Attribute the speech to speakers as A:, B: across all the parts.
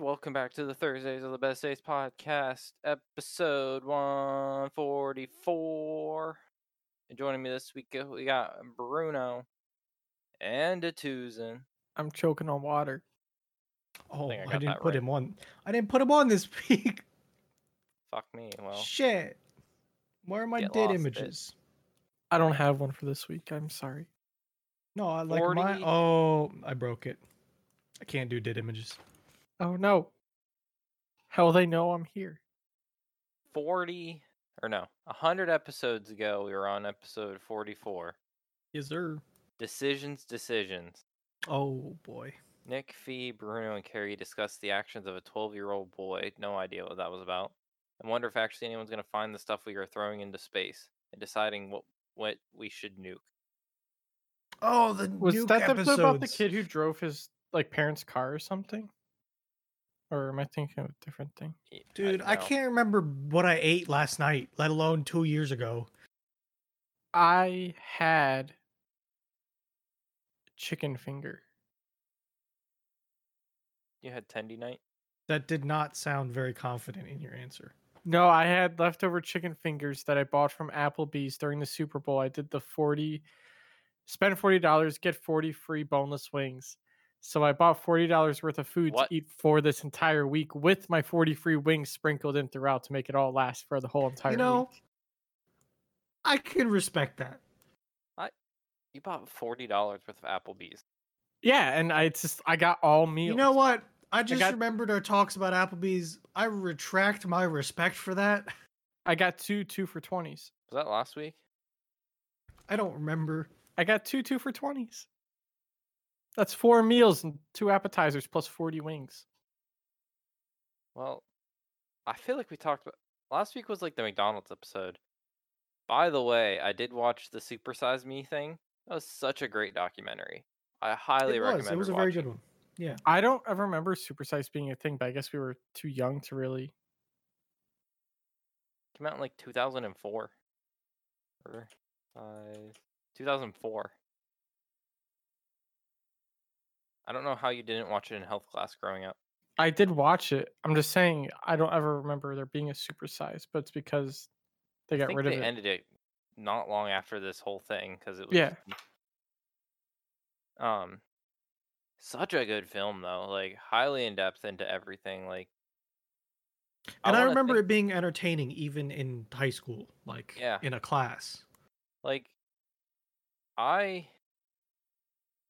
A: welcome back to the Thursdays of the Best Days podcast, episode 144. And joining me this week, uh, we got Bruno and a Tucson.
B: I'm choking on water.
C: Oh,
A: think I
C: I,
A: got
C: didn't
A: that
C: put
A: right.
C: him on. I didn't put him on this week.
A: Fuck me. Well,
C: Shit. Where are my
A: Get
C: dead
A: lost, bitch.
C: images?
B: I don't have one for this week. I'm sorry.
C: No, I like
A: 40.
C: my. Oh, I broke it. I can't do dead images.
B: Oh no. How will they know I'm here?
A: 40 or no, 100 episodes ago, we were on episode 44
C: Is there?
A: Decisions, Decisions.
C: Oh boy.
A: Nick, Fee, Bruno, and Carrie discussed the actions of a 12 year old boy. No idea what that was about. I wonder if actually anyone's going to find the stuff we are throwing into space and deciding what, what we should nuke.
C: Oh, the
B: Was
C: nuke
B: that the
C: episodes.
B: episode about the kid who drove his like parents' car or something? Or am I thinking of a different thing?
A: Y- I-
C: Dude, I
A: no.
C: can't remember what I ate last night, let alone two years ago.
B: I had chicken finger.
A: You had Tendy night?
C: That did not sound very confident in your answer.
B: No, I had leftover chicken fingers that I bought from Applebee's during the Super Bowl. I did the 40 spend $40, get 40 free boneless wings. So I bought $40 worth of food
A: What?
B: to eat for this entire week with my 40 free wings sprinkled in throughout to make it all last for the whole entire
C: You know,
B: week.
C: I can respect that.
A: You bought forty dollars worth of Applebee's.
B: Yeah, and I it's just I got all meals.
C: You know what? I just
B: got-
C: remembered our talks about Applebee's. I retract my respect for that.
B: I got two 2 for 20s.
A: Was that last week?
C: I don't remember.
B: I got two 2 for 20s. That's four meals and two appetizers plus 40 wings.
A: Well, I feel like we talked about last week was like the McDonald's episode. By the way, I did watch the Super Size Me thing. That was such a great documentary. I highly
C: it
A: recommend
C: was. It was a very good one. Yeah.
B: I don't ever remember supersize being a thing, but I guess we were too young to really
A: Came out in like two thousand and four. Or two thousand four. I don't know how you didn't watch it in health class growing up.
B: I did watch it. I'm just saying I don't ever remember there being a supersize, but it's because they
A: I
B: got
A: think
B: rid of
A: they
B: it.
A: ended it not long after this whole thing because it was
B: Yeah.
A: um such a good film though like highly in depth into everything like
C: And I,
A: wanna
C: remember
A: think-
C: it being entertaining even in high school, like
A: Yeah.
C: in a class.
A: like i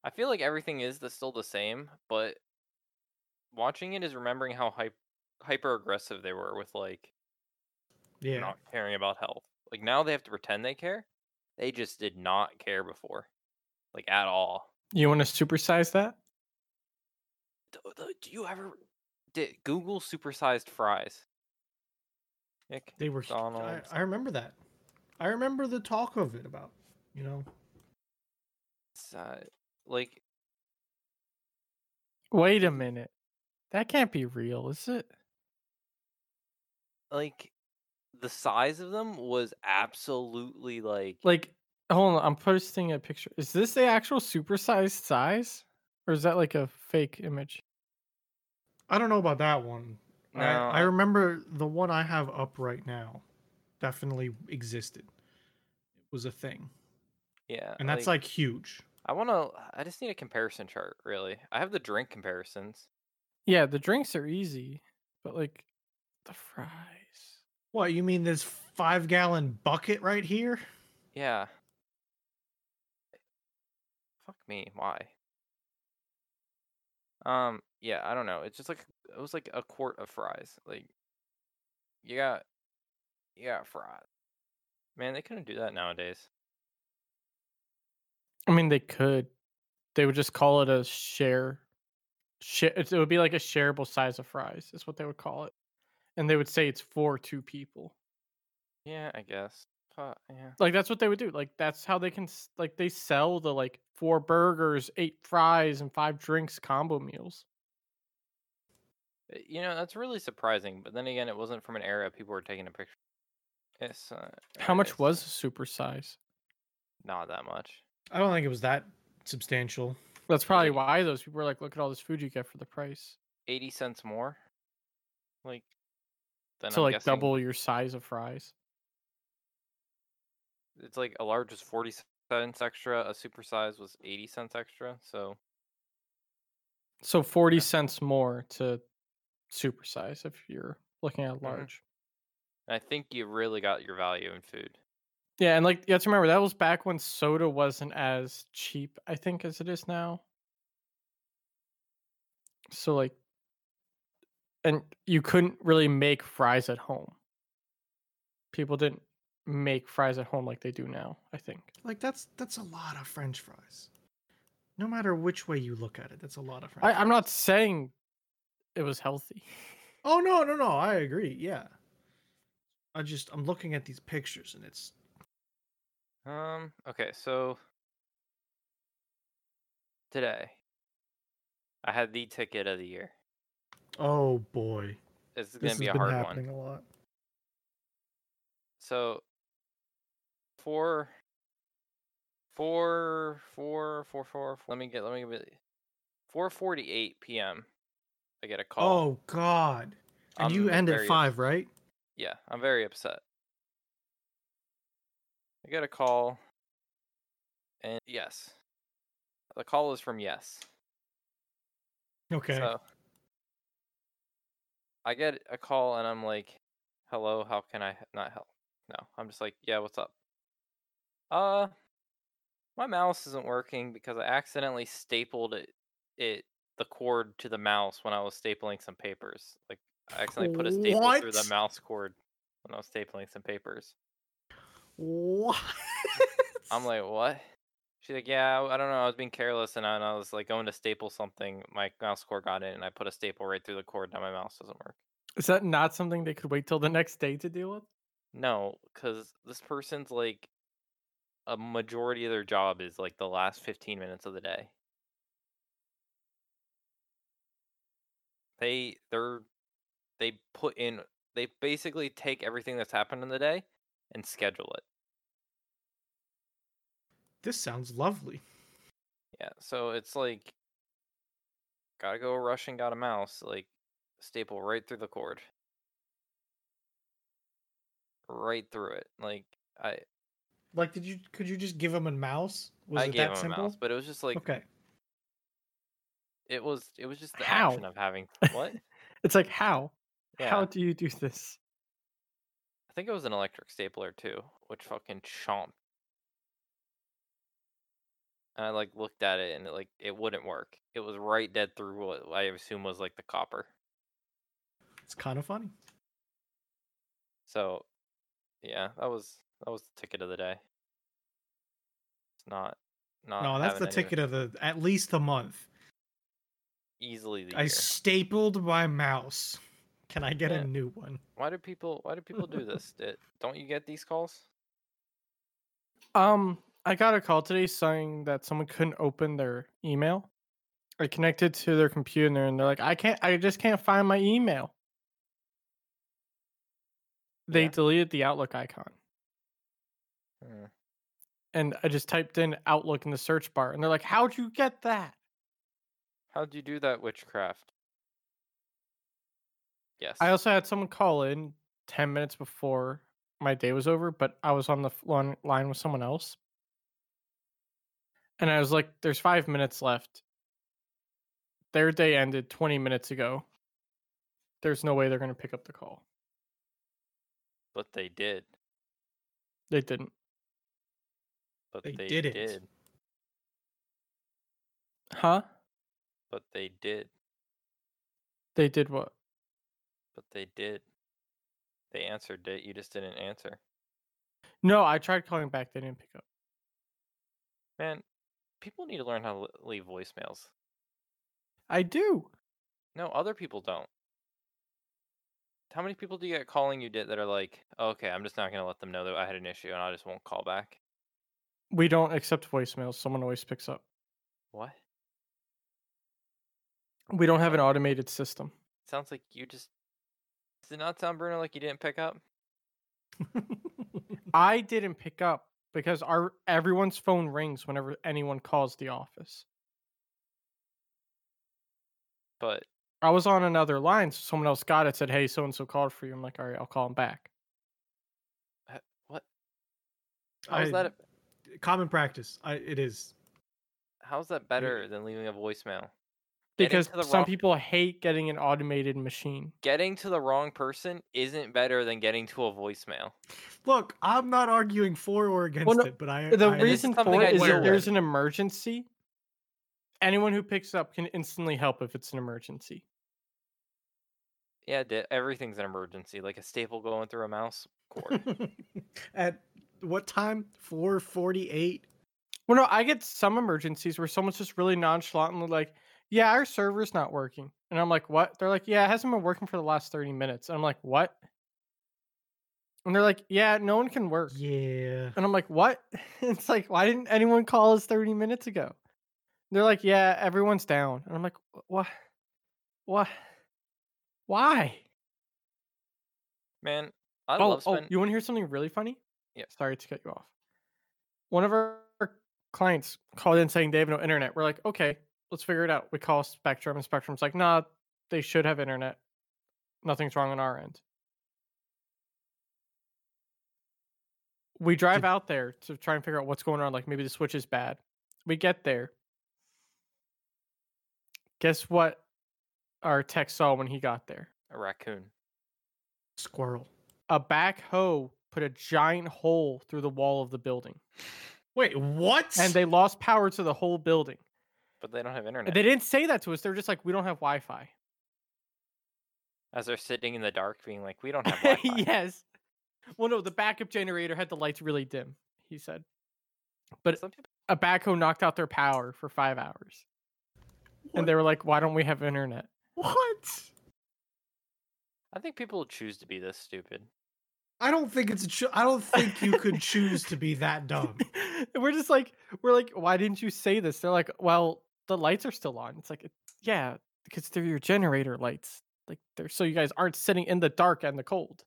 A: i feel like everything is the, still the same but watching it is remembering how hype, hyper aggressive they were with like
C: Yeah.
A: not caring about health like now they have to pretend they care they just did not care before like at all
B: You want to supersize that?
A: Th- th- Do you ever did Google supersized fries? Nick,
C: They were hu- I,
A: McDonald's.
C: I remember that. I remember the talk of it about, you know.
A: it's, uh, like
B: Wait a minute. That can't be real, is it?
A: like the size of them was absolutely like
B: Like, hold on. I'm posting a picture. Is this the actual supersized size? Or is that like a fake image?
C: I don't know about that one.
A: no.
C: I, I
A: I-
C: remember the one I have up right now definitely existed. It was a thing.
A: yeah,
C: And that's like huge.
A: I want to. I just need a comparison chart, really. I have the drink comparisons.
B: Yeah, the drinks are easy, but like the fries.
C: What, you mean this five gallon bucket right here?
A: Yeah. Fuck me. Why? Um. Yeah. I don't know. It's just like it was like a quart of fries. Like you got you got fries. Man, they couldn't do that nowadays.
B: I mean, they could. They would just call it a share. Share. It would be like a shareable size of fries. Is what they would call it, and they would say it's for two people.
A: Yeah, I guess. Fuck, yeah.
B: Like that's what they would do. Like that's how they can. s- Like they sell the like four burgers, eight fries, and five drinks combo meals.
A: Uh, You know that's really surprising. But then again, it wasn't from an era people were taking a picture. It's uh,
B: How
A: uh,
B: much
A: it's
B: was the super size?
A: not that much.
C: I don't think it was that substantial.
B: That's probably
A: Right.
B: why those people were like, "Look at all this food you get for the price."
A: Eighty cents more. Like, then
B: to
A: I'm
B: like
A: guessing
B: double your size of fries.
A: It's like a large is forty cents extra. A super size was eighty cents extra. So
B: So forty
A: Okay.
B: cents more to supersize if you're looking at large.
A: I think you really got your value in food.
B: Yeah, and like you have to remember that was back when soda wasn't as cheap, I think, as it is now. So like and you couldn't really make fries at home. People didn't make fries at home like they do now, I think.
C: Like that's that's a lot of French fries. No matter which way you look at it, that's a lot of French.
B: I,
C: fries.
B: I'm not saying it was healthy.
C: Oh no, no, no! I agree. Yeah. I just I'm looking at these pictures and it's
A: Um. Okay. So today, I had the ticket of the year.
C: oh boy,
A: It's
C: this
A: gonna
C: has
A: be a
C: been
A: hard
C: happening
A: one.
C: a lot.
A: So four, four, four, four, four. four- Let me get. Let me get. Four forty-eight p.m. I get a call.
C: Oh God! And you
A: I'm
C: end at
A: very
C: five, right?
A: Yeah, I'm very upset. I get a call, and yes, the call is from Yes.
C: Okay.
A: So I get a call and I'm like, "Hello, how can I h- not help?" No, I'm just like, "Yeah, what's up?" Uh, my mouse isn't working because I accidentally stapled it, it the cord to the mouse when I was stapling some papers. Like I accidentally put a staple through the
C: What?
A: mouse cord when I was stapling some papers.
C: what?
A: I'm like, "What?" She's like, "Yeah, I don't know. I was being careless and I, and I was like going to staple something. My mouse cord got in and I put a staple right through the cord. Now my mouse doesn't work."
B: Is that not something they could wait till the next day to deal with?
A: No, because this person's like a majority of their job is like the last 15 minutes of the day. They they're they put in they basically take everything that's happened in the day and schedule it.
C: this sounds lovely.
A: Yeah, so it's like gotta go rush and got a mouse, like staple right through the cord. Right through it. Like I
C: Like, did you could you just give him a mouse? Was
A: I
C: it
A: gave
C: that
A: him
C: simple?
A: a mouse, but it was just like
C: okay.
A: it was it was just the action
B: How?
A: of having what?
B: It's like how?
A: Yeah.
B: How do you do this?
A: I think it was an electric stapler too, which fucking chomped. And I like looked at it and it like it wouldn't work. It was right dead through what I assume was like the copper.
C: It's kind of funny.
A: So yeah, that was that was the ticket of the day. It's not not
C: No, that's the
A: having any-
C: ticket of the at least a month.
A: easily the
C: I
A: year.
C: stapled my mouse. Can I get
A: Yeah.
C: a new one?
A: Why do people why do people do this? It- Don't you get these calls?
B: Um, I got a call today saying that someone couldn't open their email. I connected to their computer and they're like, I can't, I just can't find my email. They
A: Yeah.
B: deleted the Outlook icon
A: Hmm.
B: and I just typed in Outlook in the search bar and they're like, How'd you get that?
A: How'd you do that witchcraft? Yes.
B: I also had someone call in 10 minutes before my day was over, but I was on the f- lon- line with someone else. And I was like, there's five minutes left. Their day ended 20 minutes ago. There's no way they're going to pick up the call.
A: but they did.
B: They didn't.
A: But
C: They
A: they,
C: didn't.
A: did.
B: Huh?
A: But they did.
B: They did what?
A: But they did. They answered it. You just didn't answer.
B: No, I tried calling back. They didn't pick up.
A: Man, people need to learn how to le- leave voicemails.
B: I do.
A: No, other people don't. How many people do you get calling you did that are like, okay, I'm just not going to let them know that I had an issue and I just won't call back?
B: We don't accept voicemails. Someone always picks up.
A: What?
B: We don't have an automated system.
A: Sounds like you just. Does it not sound, Bruno, like you didn't pick up?
B: I didn't pick up because our everyone's phone rings whenever anyone calls the office.
A: But
B: I was on another line, so someone else got it. Said, "Hey, so and so called for you." I'm like, "All right, I'll call him back."
A: How's
C: I-
A: that? a-
C: common practice. I, it is.
A: How's that better than leaving a voicemail? Getting
B: Mm. Because
A: to the
B: some
A: wrong-
B: people hate getting an automated machine.
A: Getting to the wrong person isn't better than getting to a voicemail.
C: Look, I'm not arguing for or against
B: no,
C: it, but I.
B: The
C: I,
A: this is
B: reason
A: something
B: for
A: I
B: it is
C: deal
B: if there's
A: with.
B: an emergency, anyone who picks up can instantly help if it's an emergency.
A: Yeah, di- everything's an emergency, like a staple going through a mouse cord.
C: at what time? 4:48.
B: Well, no, I get some emergencies where someone's just really nonchalantly like, "Yeah, our server's not working," and I'm like, "What?" They're like, "Yeah, it hasn't been working for the last thirty minutes," and I'm like, "What?" And they're like, "Yeah, no one can work."
C: Yeah.
B: And I'm like, what? It's like, why didn't anyone call us 30 minutes ago? And they're like, yeah, everyone's down. And I'm like, what? What? Why?
A: Man, I
B: oh,
A: love
B: oh,
A: spending.
B: you want to hear something really funny?
A: Yeah.
B: Sorry to cut you off. One of our clients called in saying they have no internet. We're like, okay, let's figure it out. We call Spectrum, and Spectrum's like, nah, they should have internet. Nothing's wrong on our end. We drive
C: Did-
B: out there to try and figure out what's going on. Like maybe the switch is bad. We get there. Guess what our tech saw when he got there?
A: a raccoon.
C: Squirrel.
B: a backhoe put a giant hole through the wall of the building
C: Wait, what?
B: and they lost power to the whole building
A: But they don't have internet.
B: they didn't say that to us they're just like we don't have wi-fi
A: As they're sitting in the dark, being like, "We don't have Wi-Fi."
B: yes well no the backup generator had the lights really dim he said but-
A: Some people-
B: a backhoe knocked out their power for five hours
C: What?
B: and they were like why don't we have internet
C: what?
A: I think people choose to be this stupid.
C: I don't think it's. A cho- I don't think you could choose to be that dumb.
B: And we're just like we're like why didn't you say this they're like well the lights are still on it's like "It- yeah because they're your generator lights like they're so you guys aren't sitting in the dark and the cold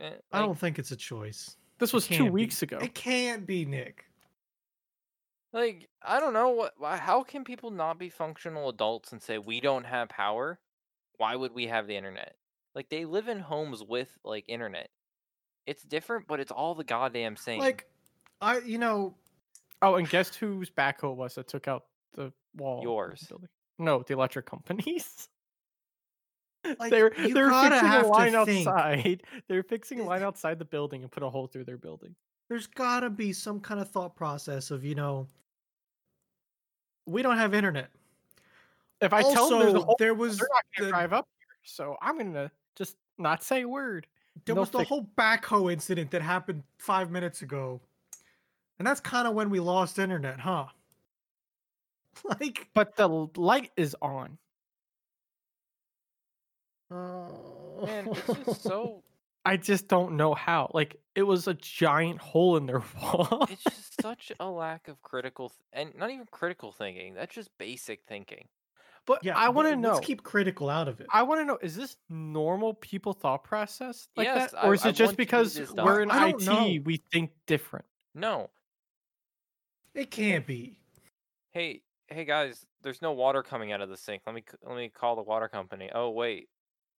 A: Eh,
C: I
A: like,
C: don't think it's a choice.
B: This
C: It
B: was two
C: can't be.
B: weeks ago.
C: It can't be Nick.
A: Like I don't know what. why- How can people not be functional adults and say we don't have power? Why would we have the internet? Like they live in homes with like internet. It's different, but it's all the goddamn same.
C: Like, I you know
B: Oh, and guess whose backhoe it was that took out the wall? of the
A: Yours.
B: building? No, the electric companies.
C: Like,
B: they were
C: you
B: they were
C: gotta
B: fixing
C: have
B: a
C: to
B: line
C: think.
B: outside. They were fixing a
C: Th-
B: line outside the building and put a hole through their building.
C: there's gotta be some kind of thought process of you know we don't have internet.
B: If I
C: also,
B: tell them there's a hole,
C: there was
B: they're not gonna
C: the-
B: drive up here. So I'm gonna just not say a word.
C: there
B: they'll
C: was the
B: fix-
C: whole backhoe incident that happened five minutes ago, and that's kind of when we lost internet, huh? Like,
B: But the l- light is on.
C: oh.
A: man, it's just so.
B: I just don't know how. Like it was a giant hole in their wall.
A: It's just such a lack of critical th- and not even critical thinking. That's just basic thinking.
B: But
C: yeah.
B: I
C: but
B: want to know.
C: Let's keep critical out of it.
B: I want to know: is this normal people thought process like
A: Yes,
B: that, or
A: I-
B: is
A: I
B: it just
A: want to be
B: because
A: this
B: we're
A: dumb.
B: in
C: I
B: IT,
C: don't know.
B: we think different?
A: No,
C: it can't be.
A: hey hey guys there's no water coming out of the sink let me c- let me call the water company oh wait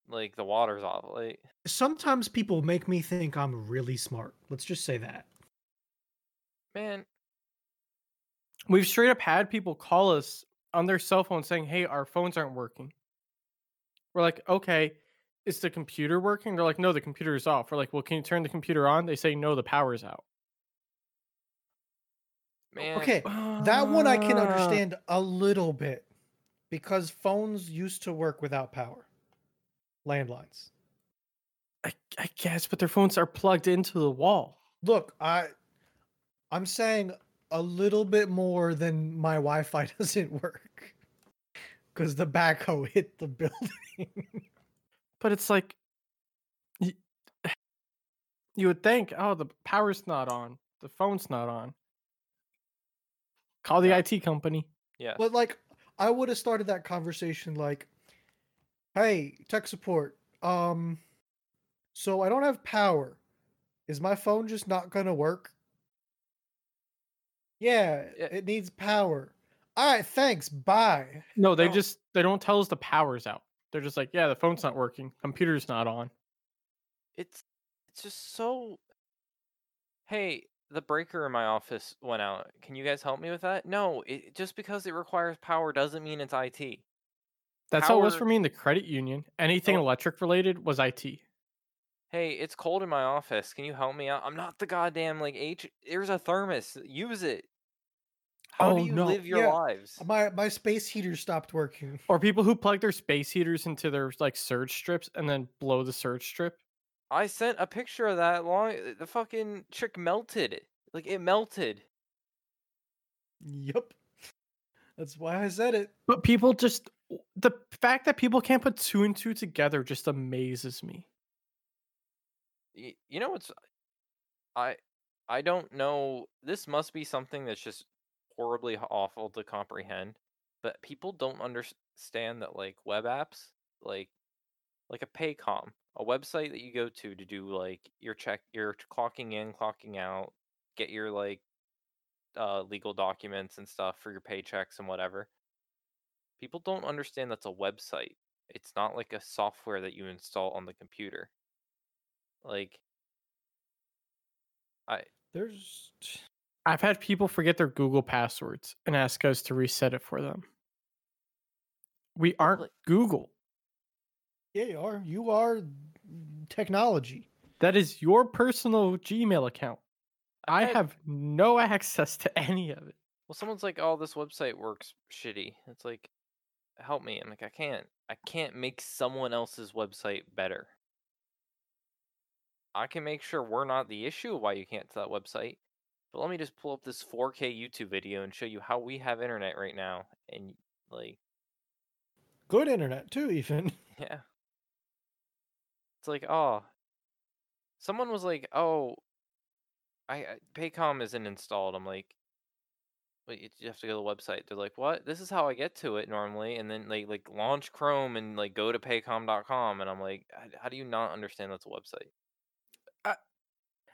A: like the water's off like
C: Sometimes people make me think I'm really smart. Let's just say that.
A: man
B: We've straight up had people call us on their cell phone saying, "Hey, our phones aren't working." We're like, "Okay, is the computer working?" They're like, "No, the computer is off." We're like, "Well, can you turn the computer on?" They say, "No, the power's out."
A: man
C: Okay, that one I
B: Ah.
A: Uh.
C: can understand a little bit because phones used to work without power, landlines.
B: I, I guess, but their phones are plugged into the wall.
C: Look, I, I'm saying a little bit more than my Wi-Fi doesn't work because the backhoe hit the building.
B: But it's like y- eh, you would think, oh, the power's not on, the phone's not on. Call the
A: Yeah.
B: IT company.
A: yeah
C: But like, I would have started that conversation like, "Hey, tech support. Um, so I don't have power. Is my phone just not gonna work? Yeah,
A: Yeah.
C: it needs power. All right, thanks. Bye.
B: No, they
A: No.
B: just they don't tell us the power's out. They're just like, yeah, the phone's not working, computer's not on.
A: It's it's just so. Hey, the breaker in my office went out. Can you guys help me with that? No, it, just because it requires power doesn't mean it's IT.
B: That's how it was
A: Power-
B: for me in the credit union. Anything
A: Oh.
B: electric related was IT.
A: Hey, it's cold in my office. Can you help me out? I'm not the goddamn like H. There's a thermos. Use it. How
B: Oh,
A: do you
B: no.
A: live your
C: Yeah.
A: lives?
C: My my space heater stopped working.
B: Or people who plug their space heaters into their like surge strips and then blow the surge strip.
A: I sent a picture of that long. The fucking chick melted. Like it melted.
C: Yep. That's why I said it.
B: But people just the fact that people can't put two and two together just amazes me.
A: Y- You know what's? I I don't know. This must be something that's just horribly h- awful to comprehend. But people don't understand that like web apps, like like a Paycom, a website that you go to to do like your check, your clocking in, clocking out, get your like uh, legal documents and stuff for your paychecks and whatever. People don't understand that's a website. It's not like a software that you install on the computer. Like
C: There's
B: I've had people forget their Google passwords and ask us to reset it for them. We aren't
A: like-
B: Google.
C: yeah, you are. You are technology.
B: That is your personal Gmail account. I
A: had-
B: have no access to any of it.
A: well someone's like oh this website works shitty it's like help me i'm like i can't i can't make someone else's website better i can make sure we're not the issue of why you can't to that website but let me just pull up this 4k youtube video and show you how we have internet right now and like
C: Good internet too, even.
A: yeah. It's like, oh. Someone was like, oh, I, I Paycom isn't installed. I'm like, wait, you- you have to go to the website. They're like, what? This is how I get to it normally. And then they like launch Chrome and like go to paycom.com. And I'm like, "H- how do you not understand that's a website?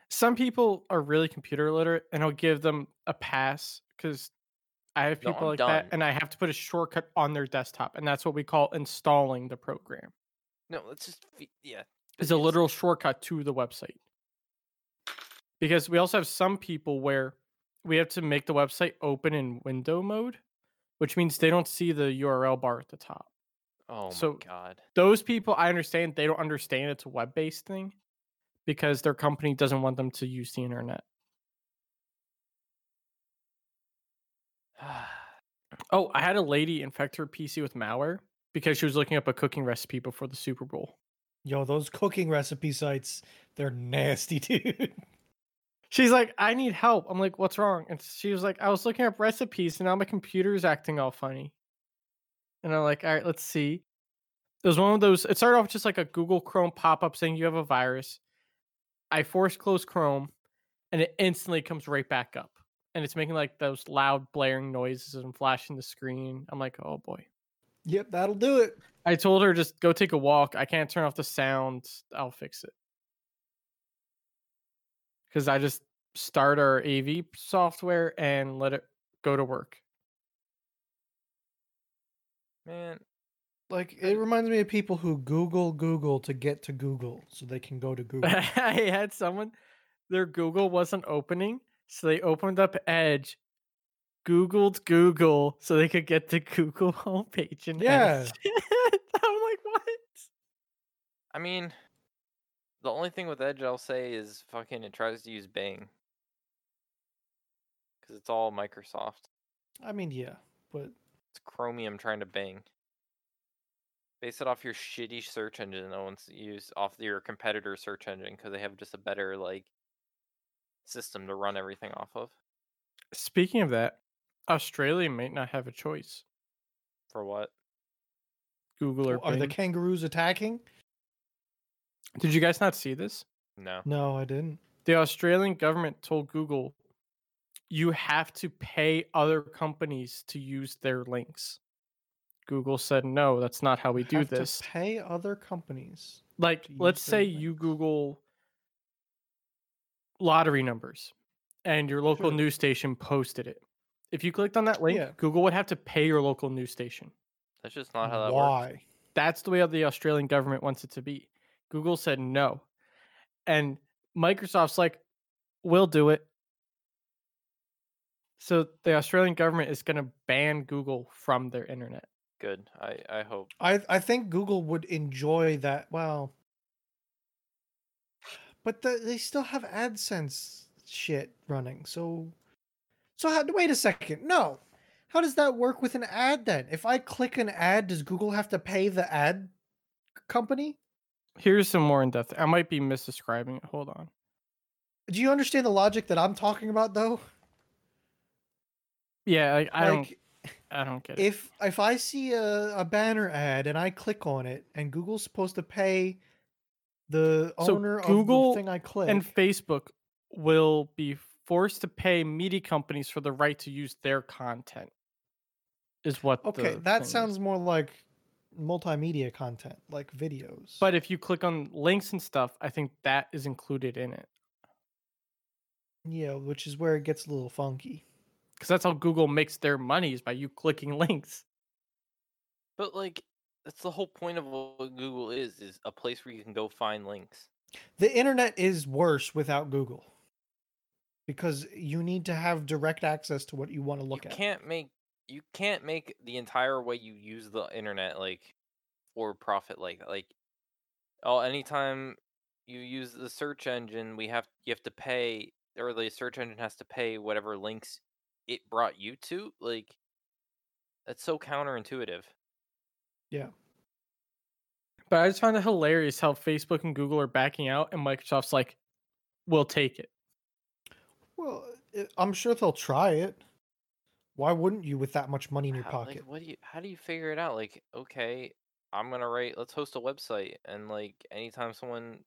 B: Some people are really computer illiterate, and I'll give them a pass because I have
A: No,
B: people
A: I'm
B: like
A: done.
B: that, and I have to put a shortcut on their desktop, and that's what we call installing the program.
A: No, it's just, fe- yeah.
B: It's a
A: it's-
B: literal shortcut to the website. Because we also have some people where we have to make the website open in window mode, which means they don't see the URL bar at the top.
A: Oh
B: so-
A: my God.
B: those people I understand they don't understand it's a web based thing because their company doesn't want them to use the internet. Oh, I had a lady infect her PC with malware because she was looking up a cooking recipe before the Super Bowl.
C: Yo, those cooking recipe sites, they're nasty, dude.
B: She's like, I need help. I'm like, what's wrong? And she was like, I was looking up recipes and now my computer's acting all funny. And I'm like, all right, let's see. It was one of those, it started off just like a Google Chrome pop up saying you have a virus. I force close Chrome and it instantly comes right back up. And it's making like those loud blaring noises and flashing the screen. I'm like, oh boy.
C: Yep, that'll do it.
B: I told her just go take a walk. I can't turn off the sound. I'll fix it. Cuz I just start our AV software and let it go to work.
A: Man,
C: Like it reminds me of people who Google Google to get to Google so they can go to Google.
B: I had someone their Google wasn't opening, so they opened up Edge, Googled Google so they could get to Google homepage and
C: Yeah.
B: I'm like, "What?"
A: I mean, the only thing with Edge I'll say is fucking it tries to use Bing. Because it's all Microsoft.
C: I mean, yeah, but
A: It's Chromium trying to Bing. Base it off your shitty search engine that wants to use off your competitor search engine because they have just a better like system to run everything off of.
B: Speaking of that, Australia might not have a choice.
A: For what?
B: Google or
C: are the
B: Bing.
C: kangaroos attacking?
B: Did you guys not see this?
A: No.
C: No, I didn't.
B: the Australian government told Google, you have to pay other companies to use their links. Google said, no, that's not how we do
C: Have to
B: this.
C: pay other companies.
B: Like,
C: to
B: let's
C: use their
B: say you
C: links.
B: Google lottery numbers and your local
C: Sure.
B: news station posted it. If you clicked on that link,
C: Yeah.
B: Google would have to pay your local news station.
A: That's just not how that works.
C: Why?
B: That's the way the Australian government wants it to be. Google said no. And Microsoft's like, we'll do it. So the Australian government is going to ban Google from their internet.
A: Good. I I hope.
C: I I think Google would enjoy that. Well, but the, they still have AdSense shit running. So, so how, wait a second. No, how does that work with an ad then? If I click an ad, does Google have to pay the ad company?
B: Here's some more in depth. I might be misdescribing it. Hold on.
C: Do you understand the logic that I'm talking about though?
B: Yeah, I, I don't. I don't get it.
C: if if I see a, a banner ad and I click on it and Google's supposed to pay the
B: So
C: owner
B: Google
C: of the thing I click.
B: And Facebook will be forced to pay media companies for the right to use their content. Is what?
C: okay,
B: the thing
C: that
B: is.
C: sounds more like multimedia content, like videos.
B: But if you click on links and stuff, I think that is included in it
C: yeah, which is where it gets a little funky.
B: because that's how Google makes their money is by you clicking links.
A: But like, that's the whole point of what Google is: is a place where you can go find links.
C: The internet is worse without Google. Because you need to have direct access to what you want to look
A: you
C: at.
A: can't make you can't make the entire way you use the internet like for profit like that. Like, oh, anytime you use the search engine, we have you have to pay, or the search engine has to pay whatever links it brought you to. Like, that's so counterintuitive.
B: But I just find it hilarious how Facebook and Google are backing out, and Microsoft's like, "We'll take it."
C: Well, I- I'm sure they'll try it. Why wouldn't you with that much money in your
A: How- like,
C: pocket?
A: what do you? How do you figure it out? Like, okay, I'm gonna write. Let's host a website, and like, anytime someone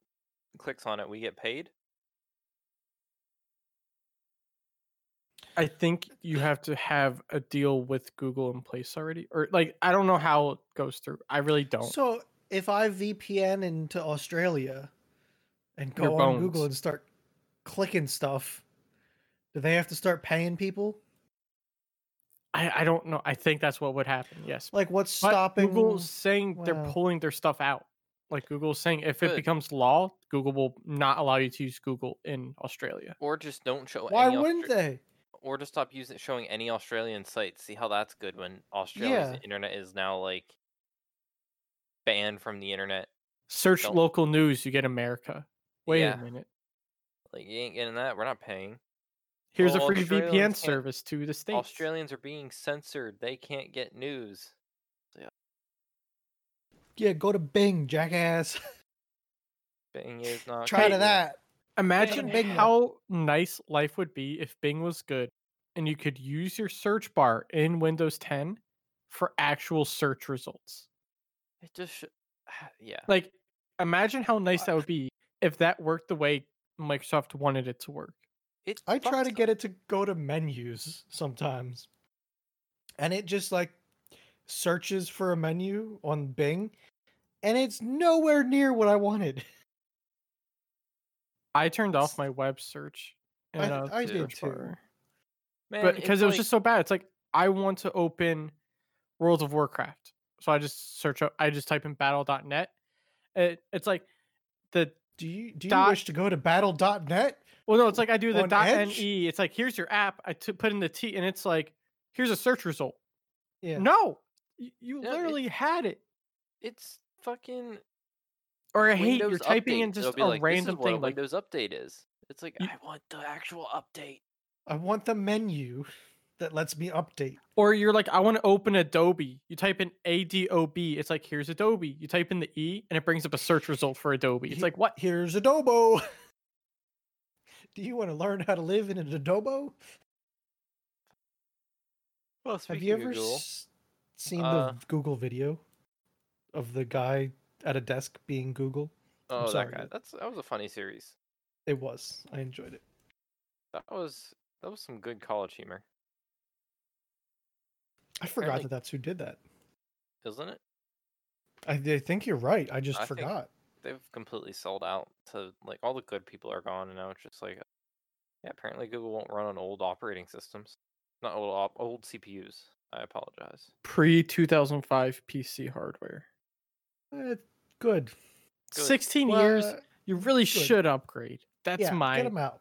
A: clicks on it, we get paid.
B: I think you have to have a deal with Google in place already, or like I don't know how it goes through. I really don't.
C: So if I VPN into Australia and go
B: Your
C: on Google
B: bones.
C: and start clicking stuff, do they have to start paying people?
B: I, I don't know. I think that's what would happen. Yes.
C: Like what's
B: But
C: stopping
B: Google's saying they're
C: Wow.
B: pulling their stuff out. Like Google's saying if it
A: Good.
B: becomes law, Google will not allow you to use Google in Australia.
A: Or just don't show.
C: Why
A: any Austra-
C: wouldn't they?
A: Or just stop using showing any Australian sites. See how that's good when Australia's
C: Yeah.
A: internet is now like banned from the internet.
B: Search
A: Don't-
B: local news, you get America. Wait
A: yeah,
B: a minute.
A: like you ain't getting that. We're not paying.
B: Here's
A: Well,
B: a free
A: Australians
B: VPN
A: can't-
B: service to the states.
A: Australians are being censored. They can't get news.
C: Yeah, go to Bing, jackass.
A: Bing is not.
C: Try to
A: cool.
C: that.
B: Imagine
C: Bing.
B: how nice life would be if Bing was good and you could use your search bar in Windows 10 for actual search results.
A: It just. Sh- ah, yeah.
B: Like, imagine how nice
C: I-
B: that would be if that worked the way Microsoft wanted it to work.
A: It
C: I try
A: fucks
C: to
A: up.
C: get it to go to menus sometimes. And it just like searches for a menu on Bing and it's nowhere near what I wanted.
B: I turned
C: S-
B: off my web search.
C: I,
B: in, uh,
C: I
A: too.
C: did
B: search
C: too.
B: bar,
A: Man,
B: But
A: it's
B: because it was
A: like-
B: just so bad, it's like I want to open World of Warcraft, so I just search up. I just type in battle.net. It, it's like the
C: Do you do you
B: Dot-
C: wish to go to battle.net?
B: Well, no, it's like I do the
C: On
B: dot
C: Edge?
B: .ne. It's like here's your app. I t- put in the T, and it's like here's a search result.
C: Yeah.
B: No, you, you
A: No, it-
B: literally had it.
A: it's fucking
B: Or I hate
A: Windows
B: you're typing in
A: update.
B: just
A: It'll
B: a
A: be like, this
B: random
A: is what a
B: thing like
A: Windows update is. It's like
B: You-
A: I want the actual update.
C: I want the menu that lets me update.
B: Or you're like, I want to open Adobe. You type in A D O B. It's like, here's Adobe. You type in the E and it brings up a search result for Adobe. It's
C: He-
B: like, what?
C: Here's Adobo. Do you want to learn how to live in an Adobo?
A: Well,
C: Have
A: speaking
C: you
A: of
C: ever
A: Google,
C: s- seen
A: uh,
C: the Google video of the guy at a desk being Google?
A: oh
C: sorry,
A: that guy,
C: but-
A: that's that was a funny series.
C: It was. I enjoyed it.
A: That was that was some good college humor,
C: I forgot
A: Apparently-
C: that that's who did that.
A: isn't it?
C: I, I think you're right. I just
A: I think-
C: forgot.
A: They've completely sold out to like all the good people are gone, and now it's just like, yeah, apparently Google won't run on old operating systems, not old op- old CPUs. I apologize.
B: pre 2005 PC hardware.
C: Eh, good.
B: 16
C: Well,
B: years,
C: uh,
B: you really
C: good.
B: should upgrade. That's
C: yeah,
B: my
C: Get them out.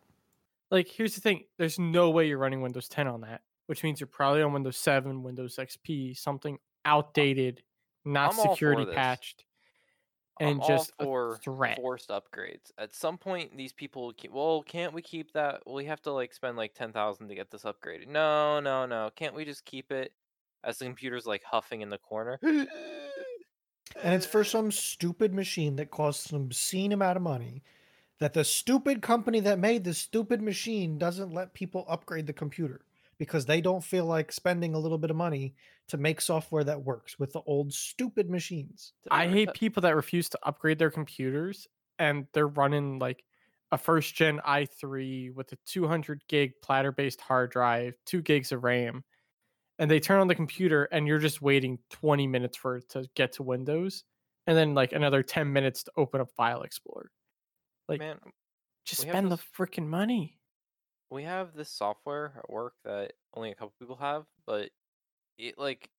B: like here's the thing there's no way you're running windows 10 on that which means you're probably on windows 7 windows xp something outdated not
A: I'm all for
B: security
A: this.
B: patched
A: I'm
B: and just
A: all
B: a
A: for
B: threat
A: forced upgrades. At some point, these people, keep, well, can't we keep that? We have to like spend like ten thousand to get this upgraded. No, no, no. Can't we just keep it? As the computer's like huffing in the corner.
C: And it's for some stupid machine that costs an obscene amount of money that the stupid company that made the stupid machine doesn't let people upgrade the computer because they don't feel like spending a little bit of money to make software that works with the old stupid machines.
A: Did
B: i
A: ever
B: hate
A: te-
B: people that refuse to upgrade their computers and they're running like a first gen i3 with a 200 gig platter based hard drive 2 gigs of ram and they turn on the computer and you're just waiting 20 minutes for it to get to windows and then like another 10 minutes to open up file explorer like-
A: man.
B: just
A: We have
B: spend the
A: those-
B: freaking money.
A: we have this software at work that only a couple people have, but it like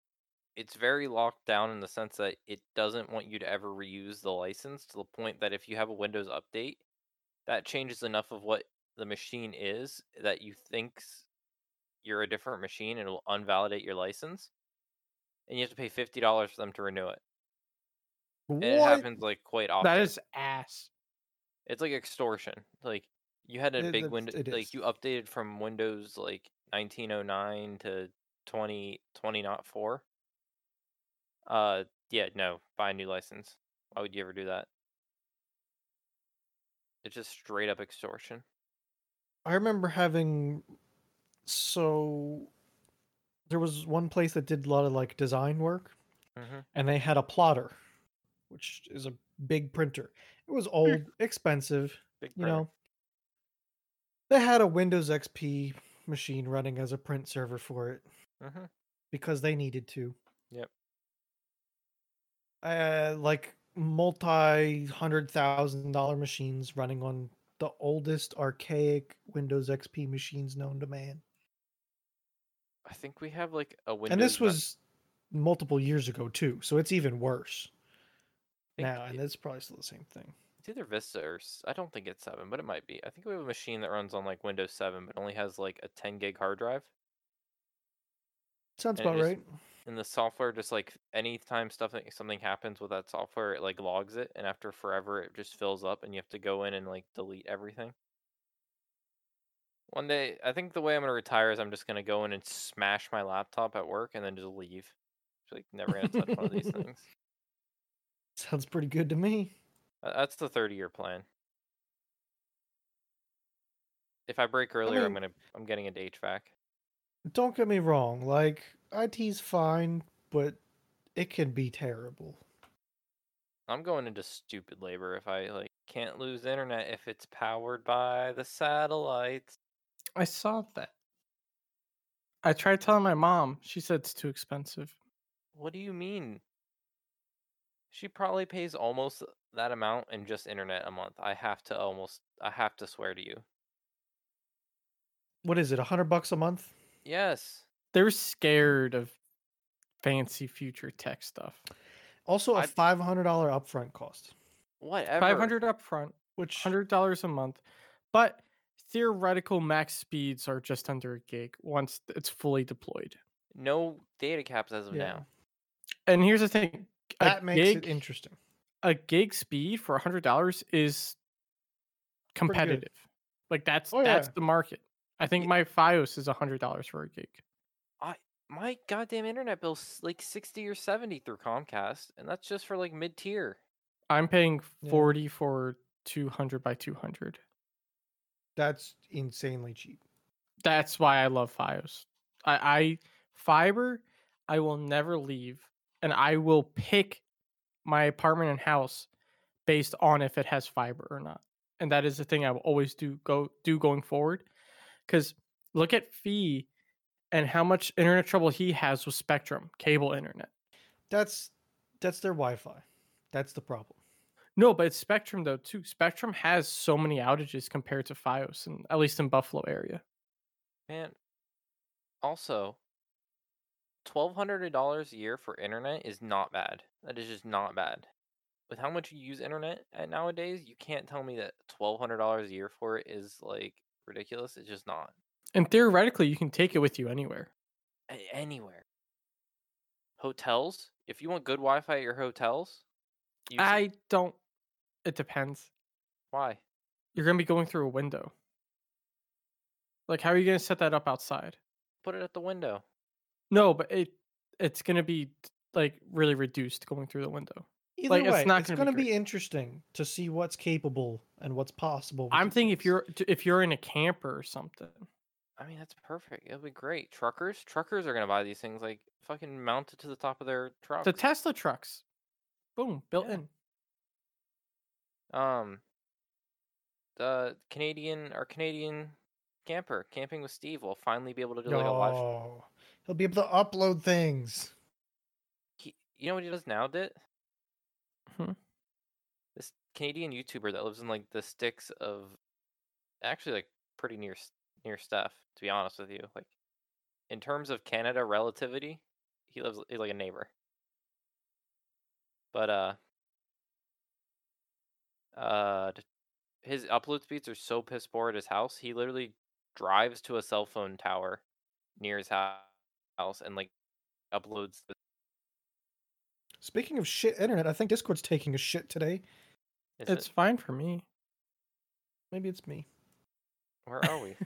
A: it's very locked down in the sense that it doesn't want you to ever reuse the license to the point that if you have a Windows update, that changes enough of what the machine is that you thinks you're a different machine and it'll unvalidate your license. And you have to pay fifty dollars for them to renew it.
C: What?
A: It happens like quite often.
B: That is ass.
A: It's like extortion. Like you had a
C: Yeah,
A: big
C: that's-
A: window,
C: it
A: like
C: is.
A: you updated from Windows like 1909 to 20 20 not four. Uh, yeah, no, buy a new license. Why would you ever do that? It's just straight up extortion.
C: I remember having so there was one place that did a lot of like design work
A: Mm-hmm.
C: and they had a plotter, which is a big printer. It was old, expensive,
A: Big
C: you know. They had a Windows XP machine running as a print server for it
A: Mm-hmm.
C: because they needed to.
A: Yep.
C: Uh, like multi hundred thousand dollar machines running on the oldest archaic Windows XP machines known to man.
A: I think we have like a Windows.
C: and this
A: nine-
C: was multiple years ago too, so it's even worse
A: I think
C: now. And
A: it-
C: that's probably still the same thing.
A: it's either Vista or s- I don't think it's seven, but it might be. I think we have a machine that runs on like Windows seven, but only has like a 10 gig hard drive.
C: Sounds
A: And it
C: about
A: just-
C: right.
A: and the software just like anytime stuff like, something happens with that software it like logs it and after forever it just fills up and you have to go in and like delete everything one day i think the way i'm going to retire is i'm just going to go in and smash my laptop at work and then just leave just, like never going to touch one of these things
C: Sounds pretty good to me.
A: Tha- that's the 30 year plan if i break earlier I am
C: mean-
A: going to i'm getting into hvac
C: Don't get me wrong, like IT's fine, but it can be terrible.
A: I'm going into stupid labor if I like can't lose internet if it's powered by the satellites.
B: I saw that. I tried telling my mom. She said it's too expensive.
A: What do you mean? She probably pays almost that amount in just internet a month. I have to almost I have to swear to you.
C: What is it, a hundred bucks a month?
A: Yes.
B: They're scared of fancy future tech stuff.
C: Also a
A: I'd-
C: five hundred dollar upfront cost.
A: Whatever.
B: Five hundred up front,
C: Which
B: hundred dollars a month, but theoretical max speeds are just under a gig once it's fully deployed.
A: No data caps as of
C: Yeah.
A: now.
B: And here's the thing: a
C: that makes it
B: gig-
C: interesting.
B: a gig speed for hundred dollars is
C: good.
B: competitive. Like that's
C: Oh,
B: that's
C: yeah.
B: the market. I think
A: Ye-
B: my FiOS is hundred dollars for a gig.
A: My goddamn internet bill's like sixty or seventy through Comcast, and that's just for like mid tier.
B: I'm paying
C: Yeah.
B: forty for two hundred by two hundred.
C: That's insanely cheap.
B: That's why I love FiOS. I, I fiber. I will never leave, and I will pick my apartment and house based on if it has fiber or not. And that is the thing I will always do go do going forward. Because look at Fee and how much internet trouble he has with Spectrum cable internet.
C: That's that's their Wi Fi. That's the problem.
B: No, but it's Spectrum though too. Spectrum has so many outages compared to FiOS, and at least in Buffalo area.
A: Man. Also, twelve hundred dollars a year for internet is not bad. That is just not bad. With how much you use internet at nowadays, you can't tell me that twelve hundred dollars a year for it is like ridiculous. It's just not
B: And theoretically, you can take it with you anywhere.
A: A- anywhere. Hotels, if you want good Wi-Fi at your hotels, you should-
B: I don't. It depends.
A: why?
B: You're gonna be going through a window. Like, how are you gonna set that up outside?
A: Put it at the window.
B: No, but it it's gonna be like really reduced going through the window.
C: Either
B: Like, it's
C: way, it's,
B: not gonna be
C: going to be,
B: great.
C: interesting to see what's capable and what's possible. with
B: I'm
C: these
B: thinking if
C: things.
B: you're if you're in a camper or something.
A: I mean, that's perfect. It'll be great. Truckers, truckers are gonna buy these things like fucking mounted to the top of their truck.
B: The Tesla trucks, boom, built
A: Yeah.
B: in.
A: um, the Canadian our Canadian camper camping with Steve will finally be able to do like a live.
C: Oh, he'll be able to upload things.
A: He, you know what he does now, Dit?
B: Hmm.
A: This Canadian YouTuber that lives in like the sticks of, actually like pretty near S- near stuff. To be honest with you, like in terms of Canada relativity, he lives he's like a neighbor. But uh, uh, d- his upload speeds are so piss poor at his house. He literally drives to a cell phone tower near his hou- house and like uploads the
C: Speaking of shit internet, I think Discord's taking a shit today.
A: Is
B: It's
A: it,
B: fine for me.
C: Maybe it's me.
A: where are we?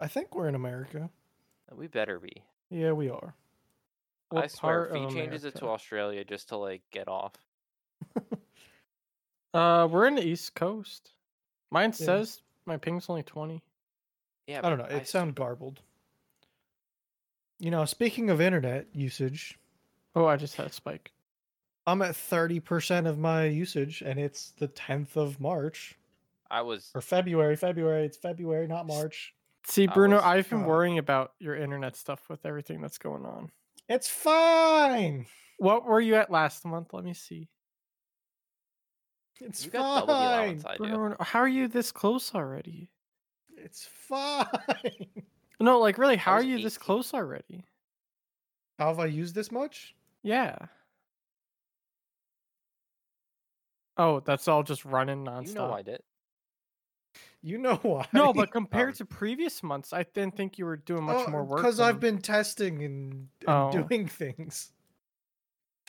C: I think we're in America.
A: we better be.
C: Yeah, we are.
A: I
B: What
A: swear,
B: part
A: if he
B: of
A: changes it to
B: America?
A: Australia just to like get off.
B: Uh, we're in the East Coast. Mine
C: Yeah.
B: says my ping's only twenty.
A: Yeah,
C: I
A: but
C: don't know.
A: s-
C: It sounds garbled. You know, speaking of internet usage,
B: Oh, I just had a spike.
C: I'm at 30% of my usage, and it's the 10th of March
A: I was.
C: or February. February. It's February, not March.
B: See,
A: I
B: Bruno,
A: was-
B: I've been
C: uh,
B: worrying about your internet stuff with everything that's going on.
C: It's fine.
B: What were you at last month? Let me see.
C: It's
A: You got double the
C: fine.
A: allowance I do.
B: Bruno, how are you this close already?
C: It's fine.
B: No, like really, how are
A: was
B: you this
A: 18.
B: close already?
C: How have I used this much?
B: Yeah. Oh, that's all just running nonstop.
A: You know I did.
C: You know why?
B: no, but compared
A: Um,
B: to previous months, I didn't think you were doing
A: Uh,
B: much more work.
C: because Oh, I've
B: than-
C: been testing and, and
B: Oh.
C: doing things.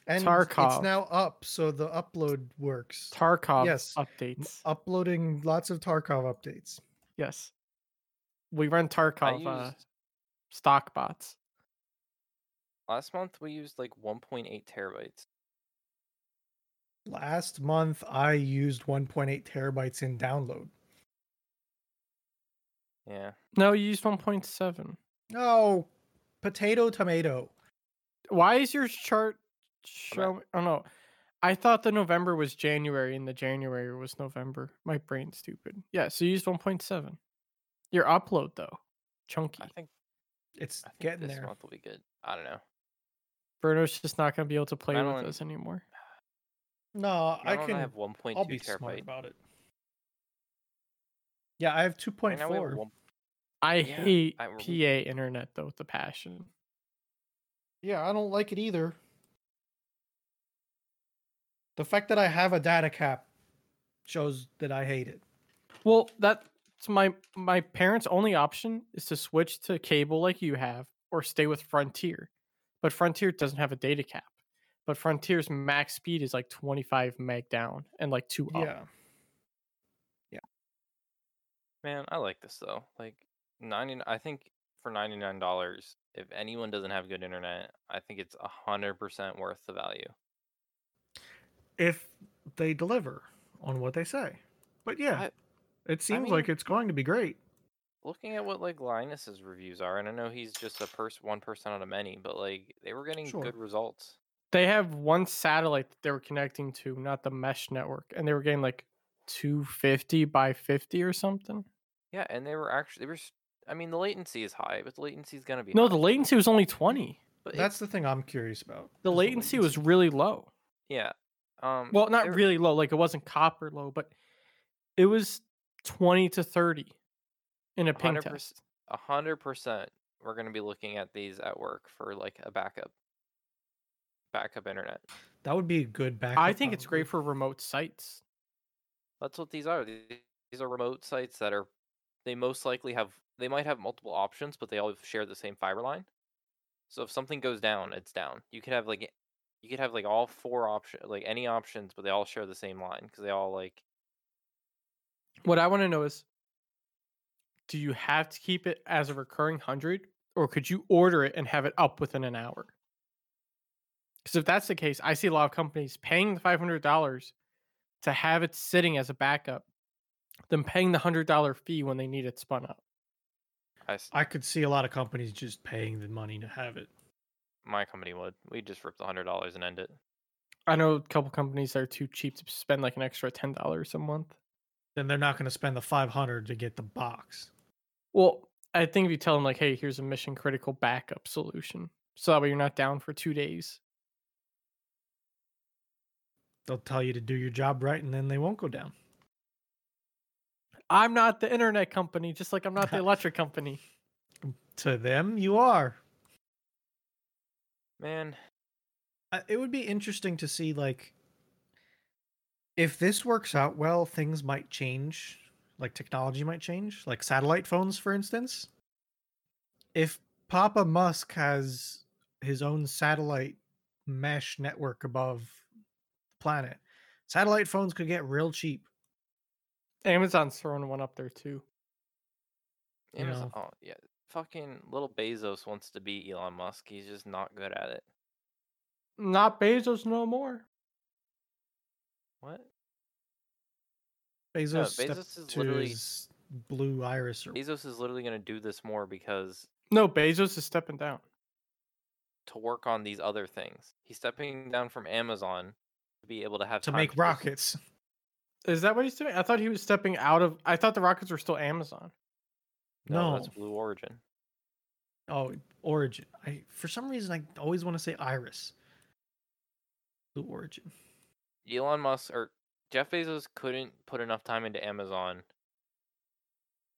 C: And it's
B: Tarkov.
C: now up, so the upload works.
B: Tarkov
C: Yes.
B: updates.
A: uh
C: Uploading lots of Tarkov updates.
B: Yes. We run Tarkov
A: I
B: uh,
A: used
B: stock bots.
A: last month. We used like 1.8 terabytes.
C: Last month, I used 1.8 terabytes in download.
A: Yeah,
B: No, you used 1.7.
C: No, potato, tomato.
B: Why is your chart
A: I'm at-
B: showing? Oh no, I thought the November was January and the January was November. My brain's stupid. Yeah, so you used 1.7. Your upload though, chunky.
A: I think,
C: It's
A: I think
C: getting
A: this
C: there.
A: month will be good. I don't know.
B: Bruno's just not gonna be able to play
A: Madeline-
B: with us anymore.
C: No, I
A: I
C: can.
A: can have
C: I'll
A: 1.2
C: be smart
A: terabytes.
C: about it. Yeah, I have 2.4.
A: Right now we have one-
B: I
A: Yeah,
B: hate
A: I- we-
B: PA internet though with a passion.
C: Yeah, I don't like it either. The fact that I have a data cap shows that I hate it.
B: Well, that's my my parents' only option is to switch to cable like you have, or stay with Frontier. But Frontier doesn't have a data cap. But Frontier's max speed is like 25 meg down and like two up.
C: Yeah.
A: Man, I like this though. Like 90. I think for 99 dollars, if anyone doesn't have good internet, I think it's 100 percent worth the value.
C: If they deliver on what they say. But yeah,
A: I-
C: it seems
A: mean-
C: like it's going to be great.
A: looking at what like Linus's reviews are, and I know he's just a person, one person out of many, but like they were getting
C: Sure.
A: good results.
B: They have one satellite that they were connecting to, not the mesh network, and they were getting like 250 by 50 or something.
A: Yeah, and they were actually they were. s- I mean, the latency is high, but the latency is gonna be
B: No,
A: high,
B: the latency was only 20.
A: But it-
C: That's the thing I'm curious about.
B: The
C: is
B: latency was really low.
A: yeah. Um,
B: Well,
A: they
B: not
A: were-
B: really low, like it wasn't copper low, but it was 20 to 30 in a ping
A: 100%.
B: test.
A: a hundred percent We're going to be looking at these at work for like a backup, backup internet.
C: That would be a good backup.
B: I think it's
C: probably.
B: great for remote sites.
A: That's what these are. These these are remote sites that are, they most likely have, they might have multiple options, but they all share the same fiber line. So if something goes down, it's down. You could have like, you could have like all four option, like any options, but they all share the same line because they all like,
B: What I want to know is do you have to keep it as a recurring 100 or could you order it and have it up within an hour? Because if that's the case, I see a lot of companies paying the $500 to have it sitting as a backup, then paying the $100 fee when they need it spun up.
A: I, s-
C: I could see a lot of companies just paying the money to have it.
A: my company would. We just ripped the hundred dollars and end it.
B: I know a couple companies that are too cheap to spend like an extra $10 a month.
C: Then they're not going to spend the five hundred to get the box.
B: Well, I think if you tell them like, "Hey, here's a mission critical backup solution," so that way you're not down for two days.
C: They'll tell you to do your job right, and then they won't go down.
B: I'm not the internet company, just like I'm not the electric company.
C: To them, you are.
A: Man,
C: I- It would be interesting to see like if this works out well, things might change. Like technology might change, like satellite phones, for instance. If Papa Musk has his own satellite mesh network above the planet, satellite phones could get real cheap.
B: Amazon's throwing one up there too.
C: You
A: Amazon,
C: know.
A: oh, yeah, fucking little Bezos wants to be Elon Musk. He's just not good at it.
B: Not Bezos no more.
A: What?
C: Bezos, stepped
A: Bezos is
C: to
A: literally-
C: his blue iris. Or,
A: Bezos is literally going to do this more because
B: No, Bezos is stepping down.
A: to work on these other things. He's stepping down from Amazon to be able to have
C: to
A: time
C: make
A: do s-
C: rockets.
B: Is that what he's doing? I thought he was stepping out of. I thought the Rockets were still Amazon.
A: No, that's
C: No.
A: Blue Origin.
C: Oh, Origin. I for some reason I always want to say Iris. Blue Origin.
A: Elon Musk or Jeff Bezos couldn't put enough time into Amazon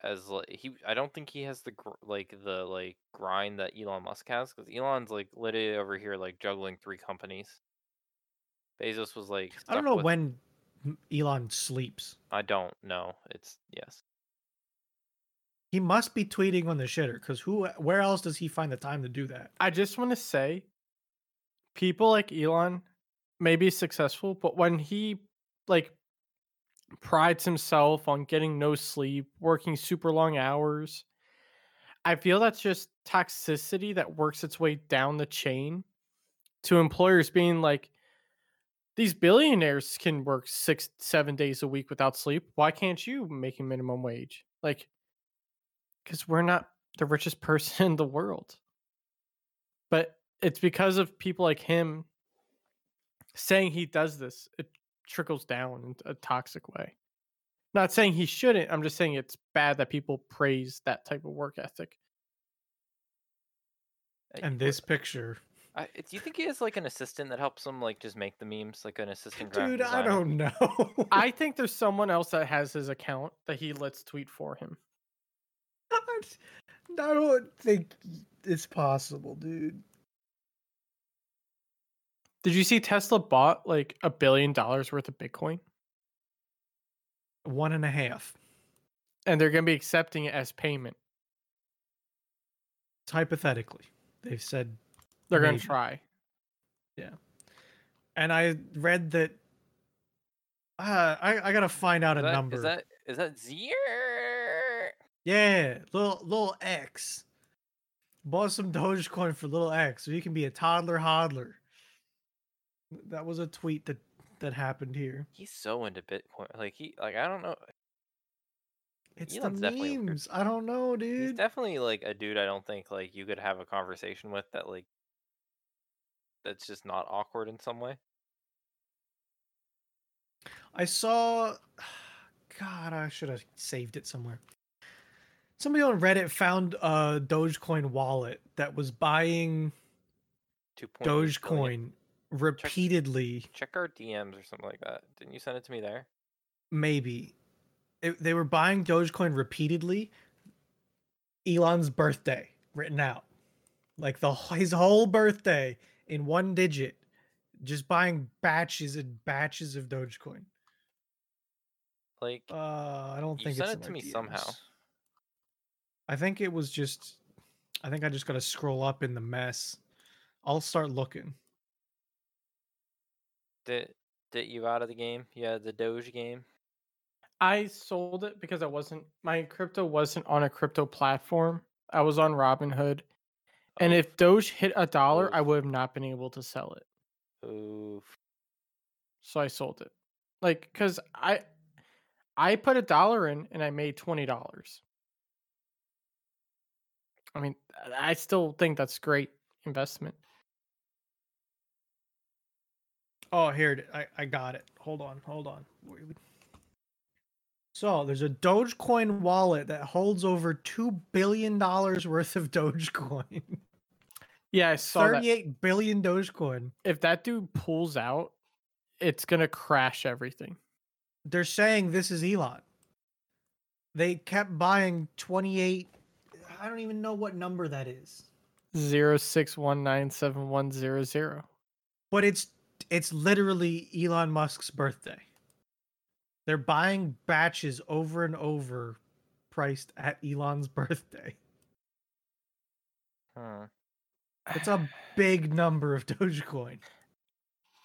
A: as like he I don't think he has the gr- like the like grind that Elon Musk has cuz Elon's like literally over here like juggling three companies. Bezos was like
C: I
A: stuck
C: don't know
A: with-
C: when m- Elon sleeps.
A: I don't know. It's yes.
C: He must be tweeting on the shitter because who? Where else does he find the time to do that?
B: I just want to say, people like Elon may be successful, but when he like prides himself on getting no sleep, working super long hours, I feel that's just toxicity that works its way down the chain to employers being like, these billionaires can work six, seven days a week without sleep. Why can't you making minimum wage? Like, because we're not the richest person in the world but it's because of people like him saying he does this it trickles down in a toxic way not saying he shouldn't i'm just saying it's bad that people praise that type of work ethic
A: Uh,
C: And
A: y-
C: this picture,
A: I, do you think he has like an assistant that helps him like just make the memes like an assistant graphic
C: dude. I
A: designer?
C: don't know.
B: i think there's someone else that has his account that he lets tweet for him
C: I don't think it's possible, dude.
B: did you see tesla bought like a billion dollars worth of bitcoin
C: One and a half
B: and they're going to be accepting it as payment
C: It's hypothetically, they've said
B: they're going to
C: Maybe.
B: try
C: and I read that. Uh, I I gotta find out
A: Is
C: a
A: that-
C: number.
A: Is that is that Zier?
C: yeah, little little X. Bought some Dogecoin for little X, so he can be a toddler hodler. That was a tweet that that happened here.
A: He's so into Bitcoin. Like he like I don't know.
C: It's
A: Elon's
C: the
A: definitely weird.
C: memes. I don't know,
A: He's
C: dude.
A: definitely like a dude I don't think like you could have a conversation with that like that's just not awkward in some way.
C: I saw. God, I should have saved it somewhere. Somebody on Reddit found a Dogecoin wallet that was buying
A: Two point
C: Dogecoin repeatedly.
A: Check our DMs or something like that. Didn't you send it to me there?
C: maybe it, they were buying dogecoin repeatedly elon's birthday written out, like the wh- his whole birthday in one digit, just buying batches and batches of Dogecoin.
A: Like
C: Uh, I don't
A: you
C: think
A: sent it
C: it's in
A: to
C: our
A: me somehow.
C: DMs. I think it was just. I think I just gotta scroll up in the mess. I'll start looking.
A: Did did you out of the game? Yeah, the Doge game.
B: I sold it because I wasn't my crypto wasn't on a crypto platform. I was on Robinhood. And
A: Oh,
B: if Doge hit a dollar, I
A: Oof.
B: would have not been able to sell it.
A: oof.
B: So I sold it. Like cuz I I put a dollar in and I made $20. I mean, I still think that's great investment.
C: Oh, here it. I I got it. Hold on, hold on. Where we- So there's a Dogecoin wallet that holds over two billion dollars worth of Dogecoin.
B: Yeah, I saw that.
C: Thirty-eight billion Dogecoin.
B: if that dude pulls out, it's gonna crash everything.
C: They're saying this is Elon. They kept buying twenty-eight. I don't even know what number that is,
B: Zero six one nine seven one zero zero.
C: but it's it's literally Elon Musk's birthday. They're buying batches over and over, priced at Elon's birthday.
A: Hmm.
C: It's a big number of Dogecoin.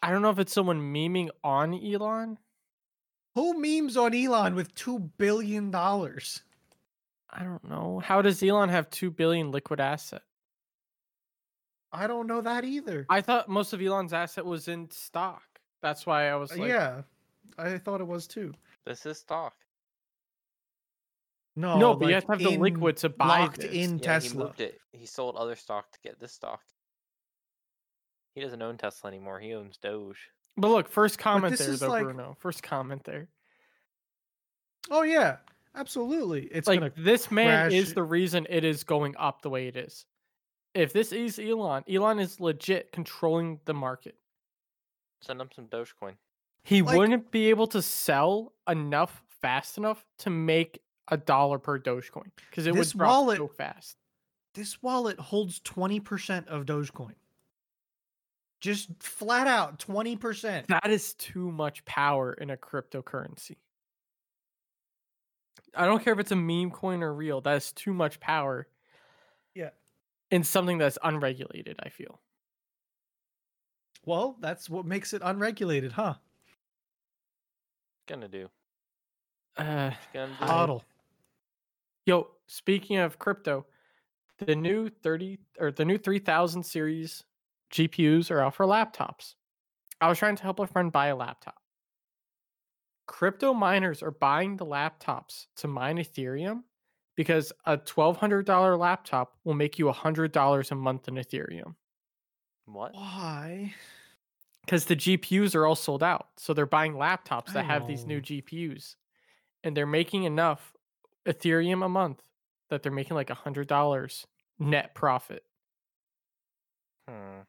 B: I don't know if it's someone memeing on Elon.
C: Who memes on Elon with two billion dollars?
B: I don't know. How does Elon have two billion liquid asset?
C: I don't know that either. Uh,
B: I thought most of Elon's asset was in stock. That's why I was like,
C: Uh, yeah, I thought it was too.
A: This is stock.
C: No,
B: no, but you have
C: like
B: to have the
C: in-
B: liquid to buy
C: locked
B: this.
A: Yeah,
C: in
A: he
C: Tesla.
A: moved it. He sold other stock to get this stock. He doesn't own Tesla anymore. He owns Doge.
B: But look, first comment
C: this
B: there
C: is
B: though,
C: like-
B: Bruno. First comment there.
C: Oh yeah, absolutely. It's
B: like
C: gonna.
B: this man is
C: crash-
B: the reason it is going up the way it is. If this is Elon, Elon is legit controlling the market.
A: Send him some Dogecoin.
B: He
C: Like-
B: wouldn't be able to sell enough fast enough to make a dollar per Dogecoin because it would
C: This
B: drop
C: wallet-
B: so fast.
C: This wallet holds twenty percent of Dogecoin. Just flat out twenty percent.
B: That is too much power in a cryptocurrency. I don't care if it's a meme coin or real. That is too much power.
C: Yeah.
B: In something that's unregulated, I feel.
C: Well, that's what makes it unregulated, huh?
A: Gonna do.
B: Uh,
A: Gonna do.
B: Hodl.
C: Toddle.
B: Yo, speaking of crypto, the new 30 or the new 3000 series GPUs are out for laptops. I was trying to help a friend buy a laptop. Crypto miners are buying the laptops to mine Ethereum because a $1200 laptop will make you $100 a month in Ethereum
A: What?
C: Why?
B: because the GPUs are all sold out. So they're buying laptops that
C: I
B: have these new
C: know.
B: GPUs, and they're making enough Ethereum a month that they're making like a hundred dollars net profit.
A: Hmm.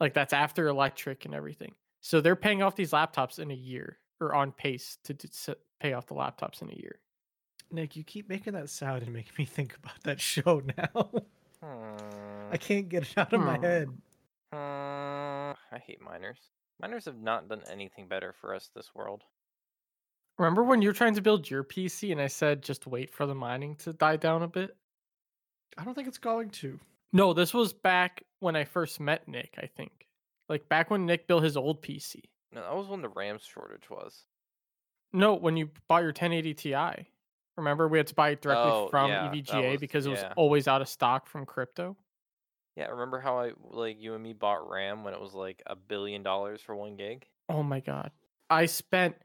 B: Like that's after electric and everything. So they're paying off these laptops in a year, or on pace to, to s- pay off the laptops in a year.
C: Nick, you keep making that sound and making me think about that show now.
A: Hmm.
C: I can't get it out of my
B: Hmm.
C: head.
A: Hmm. I hate miners. Miners have not done anything better for us this world.
B: Remember when you're trying to build your PC, and I said just wait for the mining to die down a bit.
C: I don't think it's going to.
B: No, this was back when I first met Nick. I think, like back when Nick built his old PC.
A: No, that was when the RAM shortage was.
B: No, when you bought your 1080 Ti, remember we had to buy it directly
A: Oh,
B: from E
A: yeah, that
B: EVGA
A: was-
B: because it was
A: yeah.
B: always out of stock from crypto.
A: Yeah, remember how I like you and me bought RAM when it was like a billion dollars for one gig?
B: Oh my god, I spent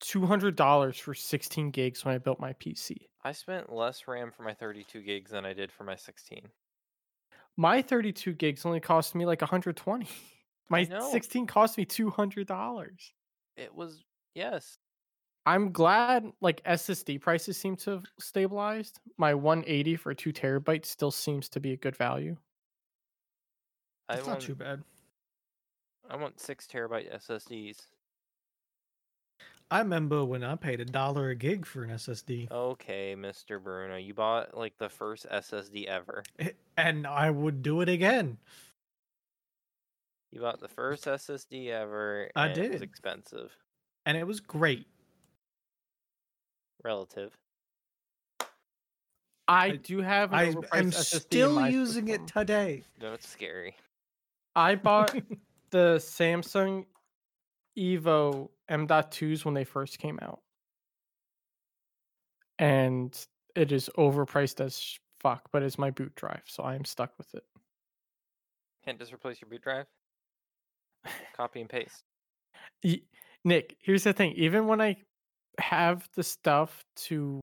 B: two hundred dollars for 16 gigs when I built my PC.
A: I spent less RAM for my 32 gigs than I did for my 16.
B: My 32 gigs only cost me like 120. My
A: know.
B: 16 cost me 200 dollars.
A: It was yes.
B: I'm glad like SSD prices seem to have stabilized. My 180 for two terabytes still seems to be a good value.
A: I
C: It's
A: want
C: not too bad.
A: I want six terabyte SSDs.
C: I remember when I paid a dollar a gig for an SSD,
A: Okay, Mr. Bruno, you bought like the first SSD ever.
C: eh, and I would do it again.
A: You bought the first SSD ever.
C: I
A: and It was
C: did.
A: expensive,
C: And it was great.
A: relative.
B: I,
C: I-
B: do have an
C: I
B: overpriced
C: am
B: SSD in
C: still
B: my
C: using it
B: system.
C: today.
A: No, it's scary.
B: I bought the Samsung Evo M.2s when they first came out. And it is overpriced as sh- fuck, but it's my boot drive, so I am stuck with it.
A: Can't just replace your boot drive. Copy and paste.
B: Y- Nick, here's the thing. Even when I have the stuff to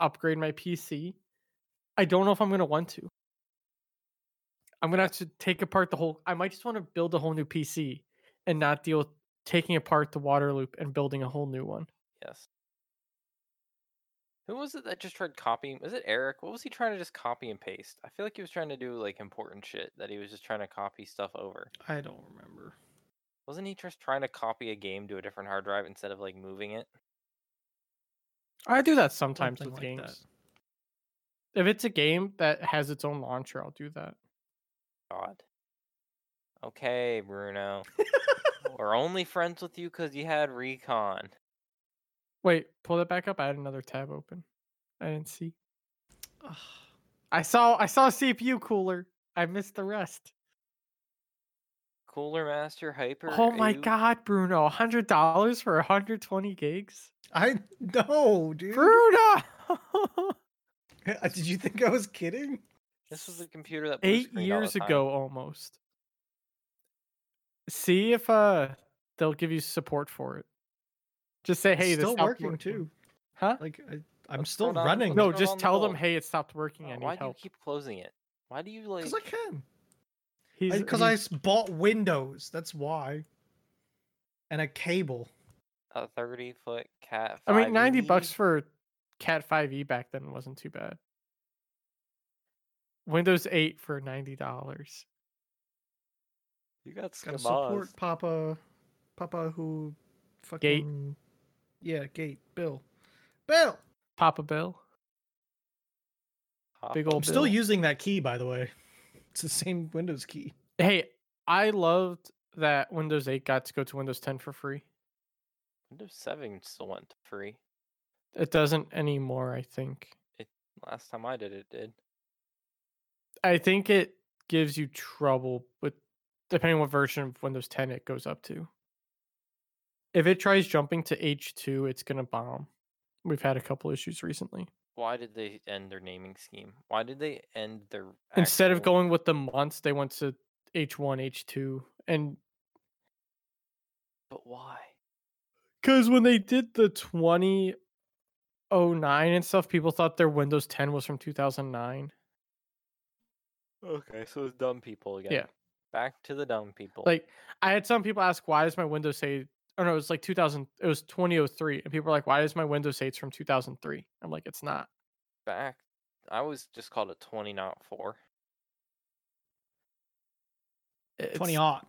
B: upgrade my PC, I don't know if I'm going to want to. I'm going to have to take apart the whole I might just want to build a whole new PC and not deal with taking apart the water loop and building a whole new one.
A: Yes. Who was it that just tried copying? Was it Eric? What was he trying to just copy and paste? I feel like he was trying to do like important shit that he was just trying to copy stuff over.
C: I don't remember.
A: Wasn't he just trying to copy a game to a different hard drive instead of like moving it?
B: I do that sometimes
C: Something
B: with
C: like
B: games.
C: that.
B: If it's a game that has its own launcher, I'll do that.
A: God. Okay, Bruno. We're only friends with you because you had recon.
B: Wait, pull that back up. I had another tab open. I didn't see. I saw I saw CPU cooler. I missed the rest.
A: Cooler Master Hyper.
B: Oh my
A: Ayu-
B: god, Bruno. $100 for 120 gigs?
C: I know, dude. Uh,
B: Bruno!
C: Did you think I was kidding?
A: This was the computer that blew
B: Eight
A: screened all the
B: years
A: time.
B: ago almost. See if uh they'll give you support for it. Just say, hey,
C: it's
B: this
C: still
B: stopped
C: working too.
B: Huh?
C: Like I, I'm
A: Let's
C: still
A: scroll down-
C: running.
A: let's
B: No,
A: put it on
B: just
A: the
B: tell them,
A: hold.
B: hey, it stopped working. I
A: Oh,
B: need
A: Why do Oh. you
B: help.
A: keep closing it? Why do you like?
C: because I can.
B: He's
C: Because I s- bought Windows. That's why. And a cable.
A: a 30 foot cat.
B: I mean, 90
A: 5e?
B: bucks for Cat 5e back then wasn't too bad. Windows 8 for $90.
A: You got
C: Gotta
A: scabbed.
C: support Papa, Papa who,
B: Gate.
C: fucking yeah, Gate Bill, Bill.
B: Papa Bill.
A: Pop
B: Big
A: up.
B: old
C: I'm still
B: Bill.
C: using that key, by the way. It's the same Windows key.
B: Hey, I loved that Windows 8 got to go to Windows 10 for free.
A: Windows 7 still went free.
B: It doesn't anymore, I think.
A: Last time I did it, did.
B: I think it gives you trouble with depending on what version of Windows 10 it goes up to. If it tries jumping to H2, it's going to bomb. We've had a couple issues recently.
A: Why did they end their naming scheme? Why did they end their.
B: Instead of
A: actual-
B: going with the months, they went to H1, H2. And
A: But why?
B: because when they did the 2009 and stuff, people thought their Windows 10 was from 2009.
A: Okay, so it's dumb people again.
B: Yeah.
A: Back to the dumb people.
B: Like I had some people ask, why does my Windows say? Or no, it was like 2000. It was 2003, and people were like, why does my Windows say it's from 2003? I'm like, it's not.
A: Back. I was just called it 20, not 4.
B: It's,
C: Twenty aught,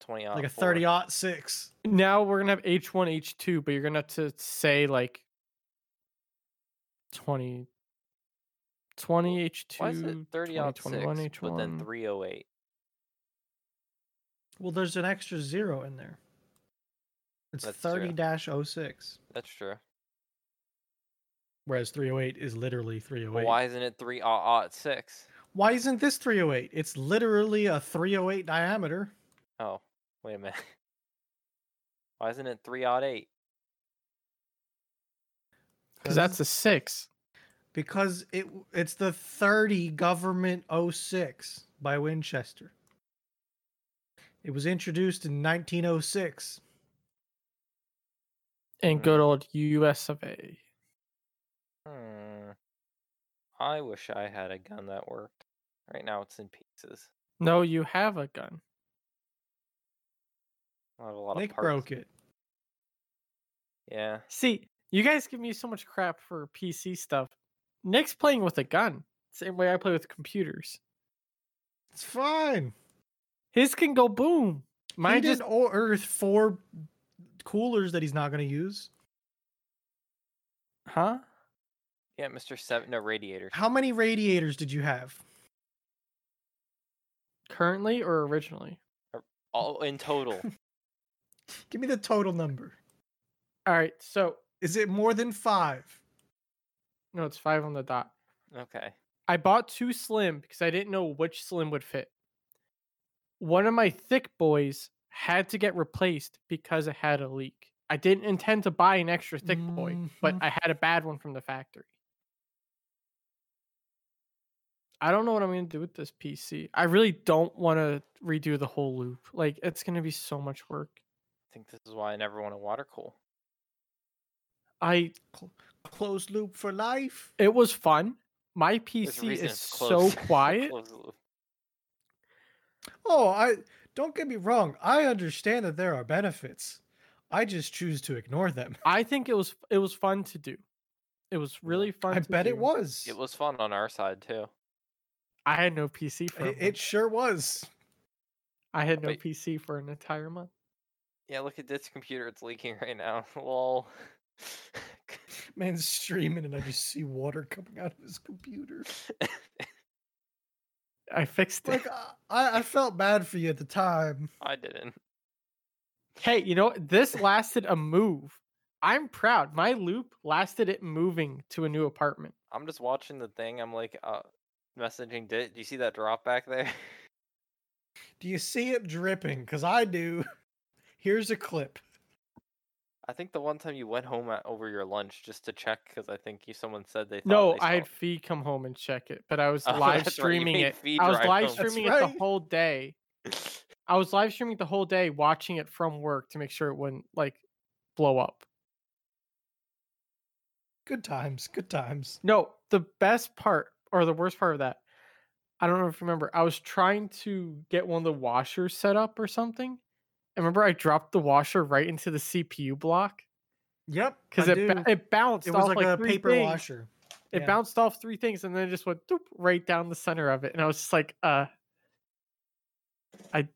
A: 20
C: like a thirty aught six.
B: Now we're gonna have H1, H2, but you're gonna have to say like 20, 20 H2.
A: Why is it 30 out 6,
B: 2021
A: but then
B: H1?
A: 308?
C: Well, there's an extra zero in there. It's
A: That's
C: thirty
A: zero.
C: dash oh six,
A: That's true.
C: whereas three oh eight is literally three oh
A: But
C: eight.
A: why isn't it 3 aught 6?
C: Why isn't this 308? It's literally a 308 diameter.
A: Oh, wait a minute. Why isn't it three odd eight?
B: Because that's a six.
C: because it w- it's the 30 government 06 by Winchester. It was introduced in 1906.
B: And
A: Mm.
B: good old U.S. of A.
A: Hmm. I wish I had a gun that worked. Right now it's in pieces.
B: No, you have a gun.
A: I have a lot
C: Nick
A: of parts.
C: broke it.
A: Yeah.
B: See, you guys give me so much crap for PC stuff. Nick's playing with a gun, same way I play with computers.
C: It's fine.
B: His can go boom.
C: I
B: Mine
C: did
B: just
C: did Earth 4 coolers that he's not going to use?
B: Huh?
A: Yeah, Mr. Seven. No radiator.
C: How many radiators did you have?
B: Currently or originally?
A: All in total.
C: Give me the total number.
B: All right. So
C: Is it more than five?
B: no, it's five on the dot.
A: Okay.
B: I bought two slim because I didn't know which slim would fit. One of my thick boys had to get replaced because it had a leak. I didn't intend to buy an extra thick boy, but
A: Mm-hmm.
C: Mhm.
B: I had a bad one from the factory. I don't know what I'm going to do with this PC. I really don't want to redo the whole loop. Like, it's going to be so much work.
A: I think this is why I never want a water cool.
B: I
C: Closed loop for life.
B: it was fun. My
A: There's a
B: PC
A: reason
B: is
A: it's
B: so
A: closed-
B: quiet.
A: closed loop.
C: Oh, I don't get me wrong. I understand that there are benefits. I just choose to ignore them.
B: I think it was it was fun to do. It was really fun.
C: I
B: to
C: bet it
B: do.
C: was.
A: It was fun on our side too.
B: I had no PC for. a
C: It, it
B: month.
C: sure was.
B: I had no
A: wait.
B: PC for an entire month.
A: Yeah, look at this computer. It's leaking right now. Lol.
C: Man's streaming and I just see water coming out of his computer.
B: I fixed it.
C: Like I, I felt bad for you at the time.
A: I didn't.
B: hey, you know what? this lasted a move. I'm proud. My loop lasted it moving to a new apartment.
A: I'm just watching the thing. I'm like, uh, messaging. Did do you see that drop back there?
C: Do you see it dripping? Cause I do. Here's a clip.
A: I think the one time you went home at, over your lunch just to check because I think you someone said they. Thought
B: No,
A: they
B: I had
A: saw-
B: Fee come home and check it, but I was
A: Oh,
B: live
A: that's right, you
B: streaming
A: made Fee
B: it. I was
A: drive
B: live
A: home. That's
B: streaming it
C: right.
B: the whole day. I was live streaming the whole day, watching it from work to make sure it wouldn't like blow up.
C: Good times. Good times.
B: No, the best part or the worst part of that, I don't know if you remember. I was trying to get one of the washers set up or something. And remember, I dropped the washer right into the CPU block
C: Yep.
B: because
C: I
B: it, ba-
C: do.
B: it bounced
C: It was
B: off
C: like,
B: like,
C: a
B: three
C: paper
B: things.
C: washer.
B: It
C: yeah.
B: bounced off three things and then it just went doop, right down the center of it. And I was just like, uh, I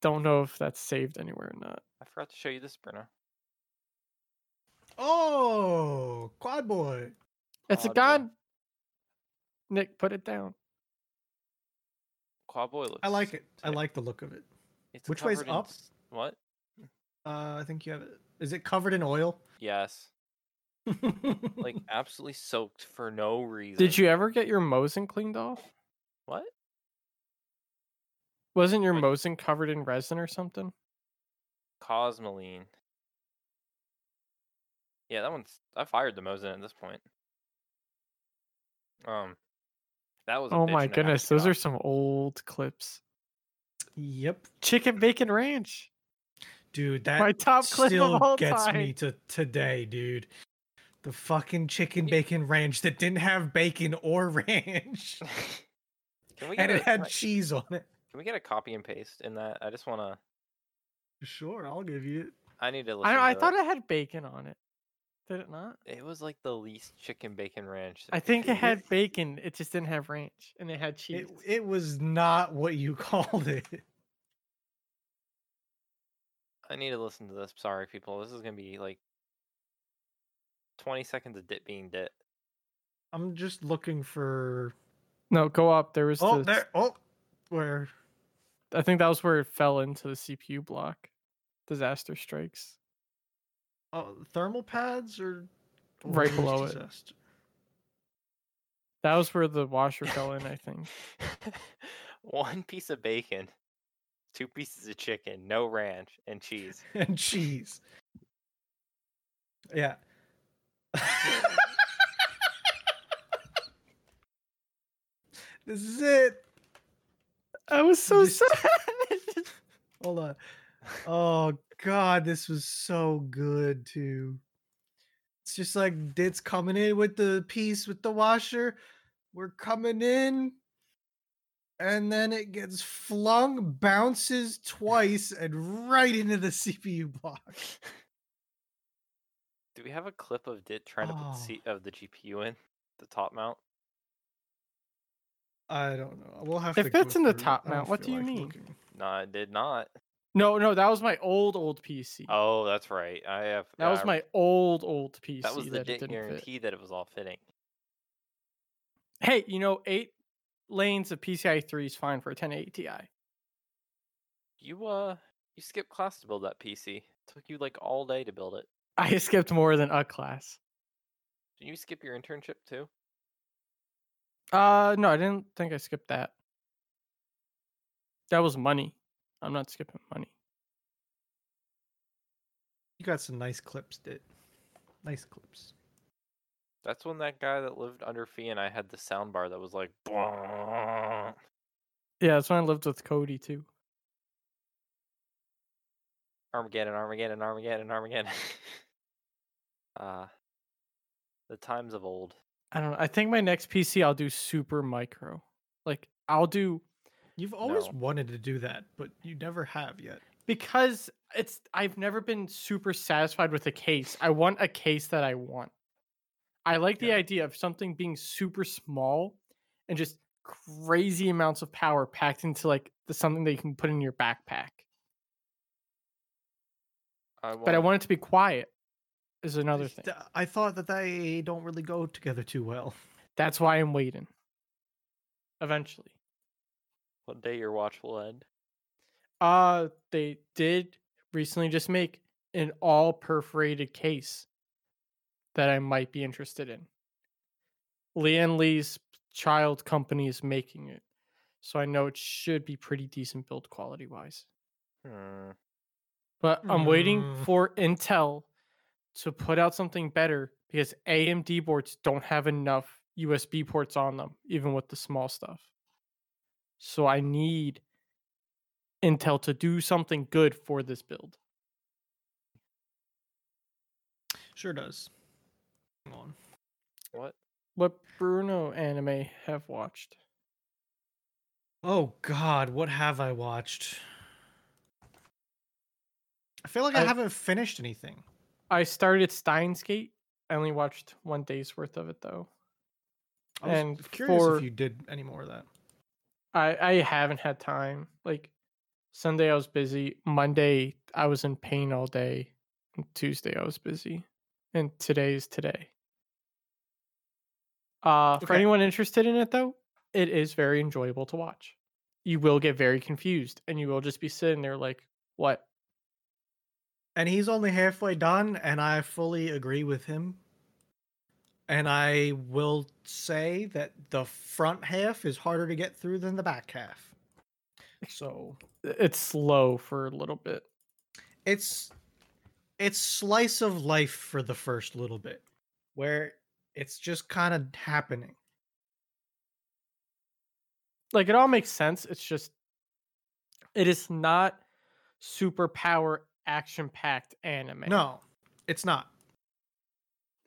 B: don't know if that's saved anywhere or not.
A: I forgot to show you this, Bruno.
C: Oh, quad boy.
B: It's a
A: Oddball.
B: god. Nick, put it down.
A: Quad boy looks.
C: I like it. I
A: sick.
C: like the look of it.
A: It's
C: Which way's
A: covered in
C: up?
A: s- What?
C: Uh, I think you have it. Is it covered in oil?
A: Yes. Like absolutely soaked for no reason.
B: Did you ever get your Mosin cleaned off?
A: What?
B: Wasn't your
A: Like-
B: Mosin covered in resin or something?
A: Cosmoline. Yeah, that one's. I fired the Mosin at this point. Um, that was. a
B: Oh
A: bitch and a half
B: my
A: to
B: goodness,
A: get
B: those are
A: off.
B: some old clips.
C: yep,
B: Chicken bacon ranch,
C: dude. That
B: my top clip
C: still
B: of all
C: gets
B: time.
C: me to today, dude. The fucking chicken
A: Y-
C: bacon ranch that didn't have bacon or ranch,
A: Can we get
C: and
A: a,
C: it had
A: like,
C: cheese on it.
A: Can we get a copy and paste in that? I just want to.
C: Sure, I'll give you. it.
A: I need to listen.
B: I, I
A: to
B: thought
A: it.
B: it had bacon on it. Did it not?
A: it was like the least chicken bacon ranch. that
B: I
A: could
B: think
A: be.
B: it had bacon. It just didn't have ranch, and it had cheese.
C: It, it was not what you called it.
A: I need to listen to this. Sorry, people. This is gonna be like twenty seconds of dit being dit.
C: I'm just looking for.
B: No, go up. There was.
C: Oh,
B: the,
C: there. Oh, where?
B: I think that was where it fell into the CPU block. Disaster strikes.
C: Oh, thermal pads or or
B: Right
C: where's
B: below it.
C: disaster?
B: That was where the washer fell in. I think.
A: One piece of bacon, two pieces of chicken, no ranch, and cheese.
C: and cheese. Yeah. this is it.
B: I was so
C: Just-
B: sad.
C: Hold on. Oh god, this was so good too. It's just like Dit's coming in with the piece with the washer. We're coming in. And then it gets flung, bounces twice, and right into the CPU block.
A: Do we have a clip of dit trying to put
C: Oh.
A: the seat of the GPU in the top mount?
C: I don't know. We'll have
B: It
C: to.
B: fits
C: go
B: in the
C: through it.
B: top
C: I don't
B: mount. What do
C: feel
B: you
C: like
B: mean?
C: looking.
A: No, it did not.
B: No, no, that was my old old PC.
A: Oh, that's right. I have
B: that was
A: I-
B: my old old PC.
A: That was the
B: it
A: didn't
B: didn't fit.
A: guarantee that it was all fitting.
B: Hey, you know, eight lanes of PCI three is fine for a 1080 Ti.
A: You uh, you skipped class to build that PC. took you like all day to build it.
B: I skipped more than a class.
A: Did you skip your internship too?
B: Uh, no, I didn't think I skipped that. That was money. I'm not skipping money.
C: You got some nice clips, did. Nice clips.
A: That's when that guy that lived under Fee and I had the sound bar that was like. "Bwah."
B: Yeah, that's when I lived with Cody too.
A: Armageddon, Armageddon, Armageddon, Armageddon. uh, the times of old.
B: I don't know. I think my next PC I'll do super micro. Like I'll do
C: You've always
A: No.
C: wanted to do that, but you never have yet.
B: because it's I've never been super satisfied with a case. I want a case that I want. I like the
C: Yeah.
B: idea of something being super small and just crazy amounts of power packed into like the, something that you can put in your backpack.
A: I
B: But I want it to be quiet. Is another thing.
C: Th- uh, I thought that they don't really go together too well.
B: That's why I'm waiting. Eventually.
A: one day your watch will end.
B: Uh they did recently just make an all perforated case that I might be interested in. Leanne Lee's child company is making it. So I know it should be pretty decent build quality wise.
A: Hmm.
B: But I'm waiting
C: Mm.
B: for Intel to put out something better because AMD boards don't have enough USB ports on them, even with the small stuff. So I need Intel to do something good for this build.
C: Sure does. Hang on.
A: What?
B: What Bruno anime have watched?
C: Oh God, what have I watched? I feel like I,
B: I-
C: haven't finished anything.
B: I started Steins Gate. I only watched one day's worth of it though.
C: I was
B: And
C: curious
B: for-
C: if you did any more of that.
B: I I haven't had time. Like Sunday I was busy. Monday I was in pain all day. And Tuesday I was busy. And today is today. Uh for
C: Okay.
B: anyone interested in it though, it is very enjoyable to watch. You will get very confused and you will just be sitting there like, what?
C: And he's only halfway done, and I fully agree with him. And I will say that the front half is harder to get through than the back half. So
B: It's slow for a little bit.
C: it's it's slice of life for the first little bit, where it's just kind of happening.
B: like it all makes sense. It's just it is not super power action packed anime.
C: No, it's not.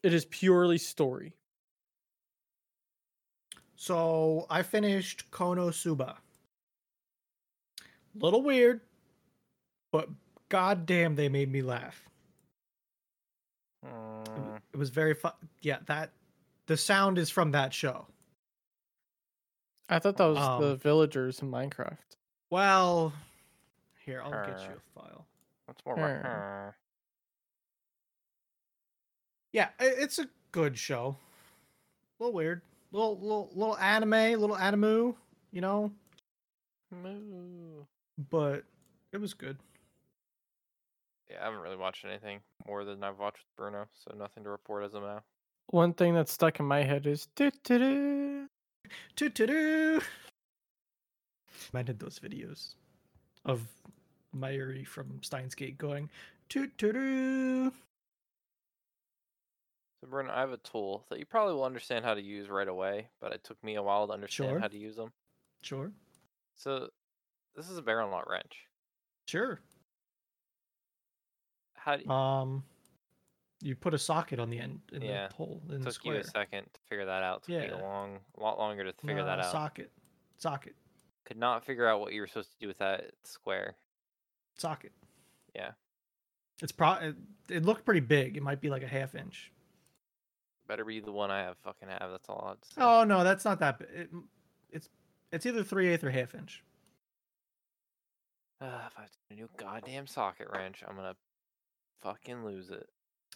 B: It is purely story.
C: So I finished Konosuba. Little weird, but goddamn, they made me laugh. It w-
A: Hmm.
C: It was very fun. Yeah, that the sound is from that show.
B: I thought that was the
C: Um,
B: villagers in Minecraft.
C: Well, here I'll get you
A: Err.
C: a file.
A: What's more? about-
B: Hmm.
A: Hmm.
C: Yeah, i- it's a good show. A little weird, little little little anime, little animu, you know. hmm.
A: Moo.
C: But it was good.
A: Yeah, I haven't really watched anything more than I've watched with Bruno, so nothing to report as of now.
B: One thing that's stuck in my head is "Du-du-du."
C: Toot toot doo. I did those videos of Mayuri from Steins Gate going toot toot doo.
A: So Bruno, I have a tool that you probably will understand how to use right away, but it took me a while to understand
C: Sure.
A: how to use them.
C: Sure,
A: So this is a barrel nut wrench.
C: sure.
A: How do you,
C: Um, you put a socket on the end in
A: Yeah,
C: the pole in the
A: took
C: square.
A: you a second to figure that out? Took me a
C: Yeah.
A: long, lot longer to figure that
C: Nah,
A: out.
C: Socket, socket,
A: Could not figure out what you were supposed to do with that square.
C: socket.
A: Yeah.
C: It's pro. It, it looked pretty big. It might be like a half inch.
A: Better be the one I have fucking have. That's all. I'd say.
C: Oh no, that's not that. Big. It, it's it's either three eighth or half inch.
A: Uh, if I have to get a new goddamn socket wrench, I'm gonna fucking lose it.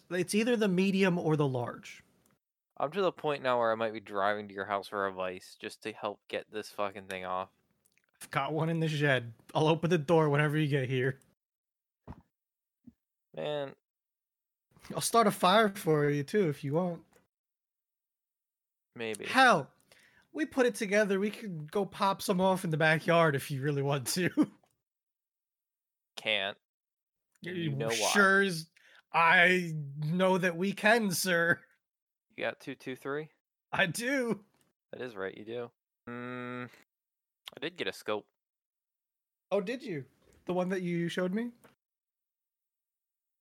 C: It's either the medium or the large.
A: I'm to the point now where I might be driving to your house for advice just to help get this fucking thing off.
C: I've got one in the shed. I'll open the door whenever you get here.
A: Man,
C: I'll start a fire for you too if you want.
A: maybe.
C: Hell, we put it together. We could go pop some off in the backyard if you really want to.
A: Can't. And you
C: You
A: know why.
C: sure as I know that we can, sir.
A: You got two, two, three?
C: I do.
A: That is right, you do. Mm, I did get a scope.
C: Oh, did you? The one that you showed me?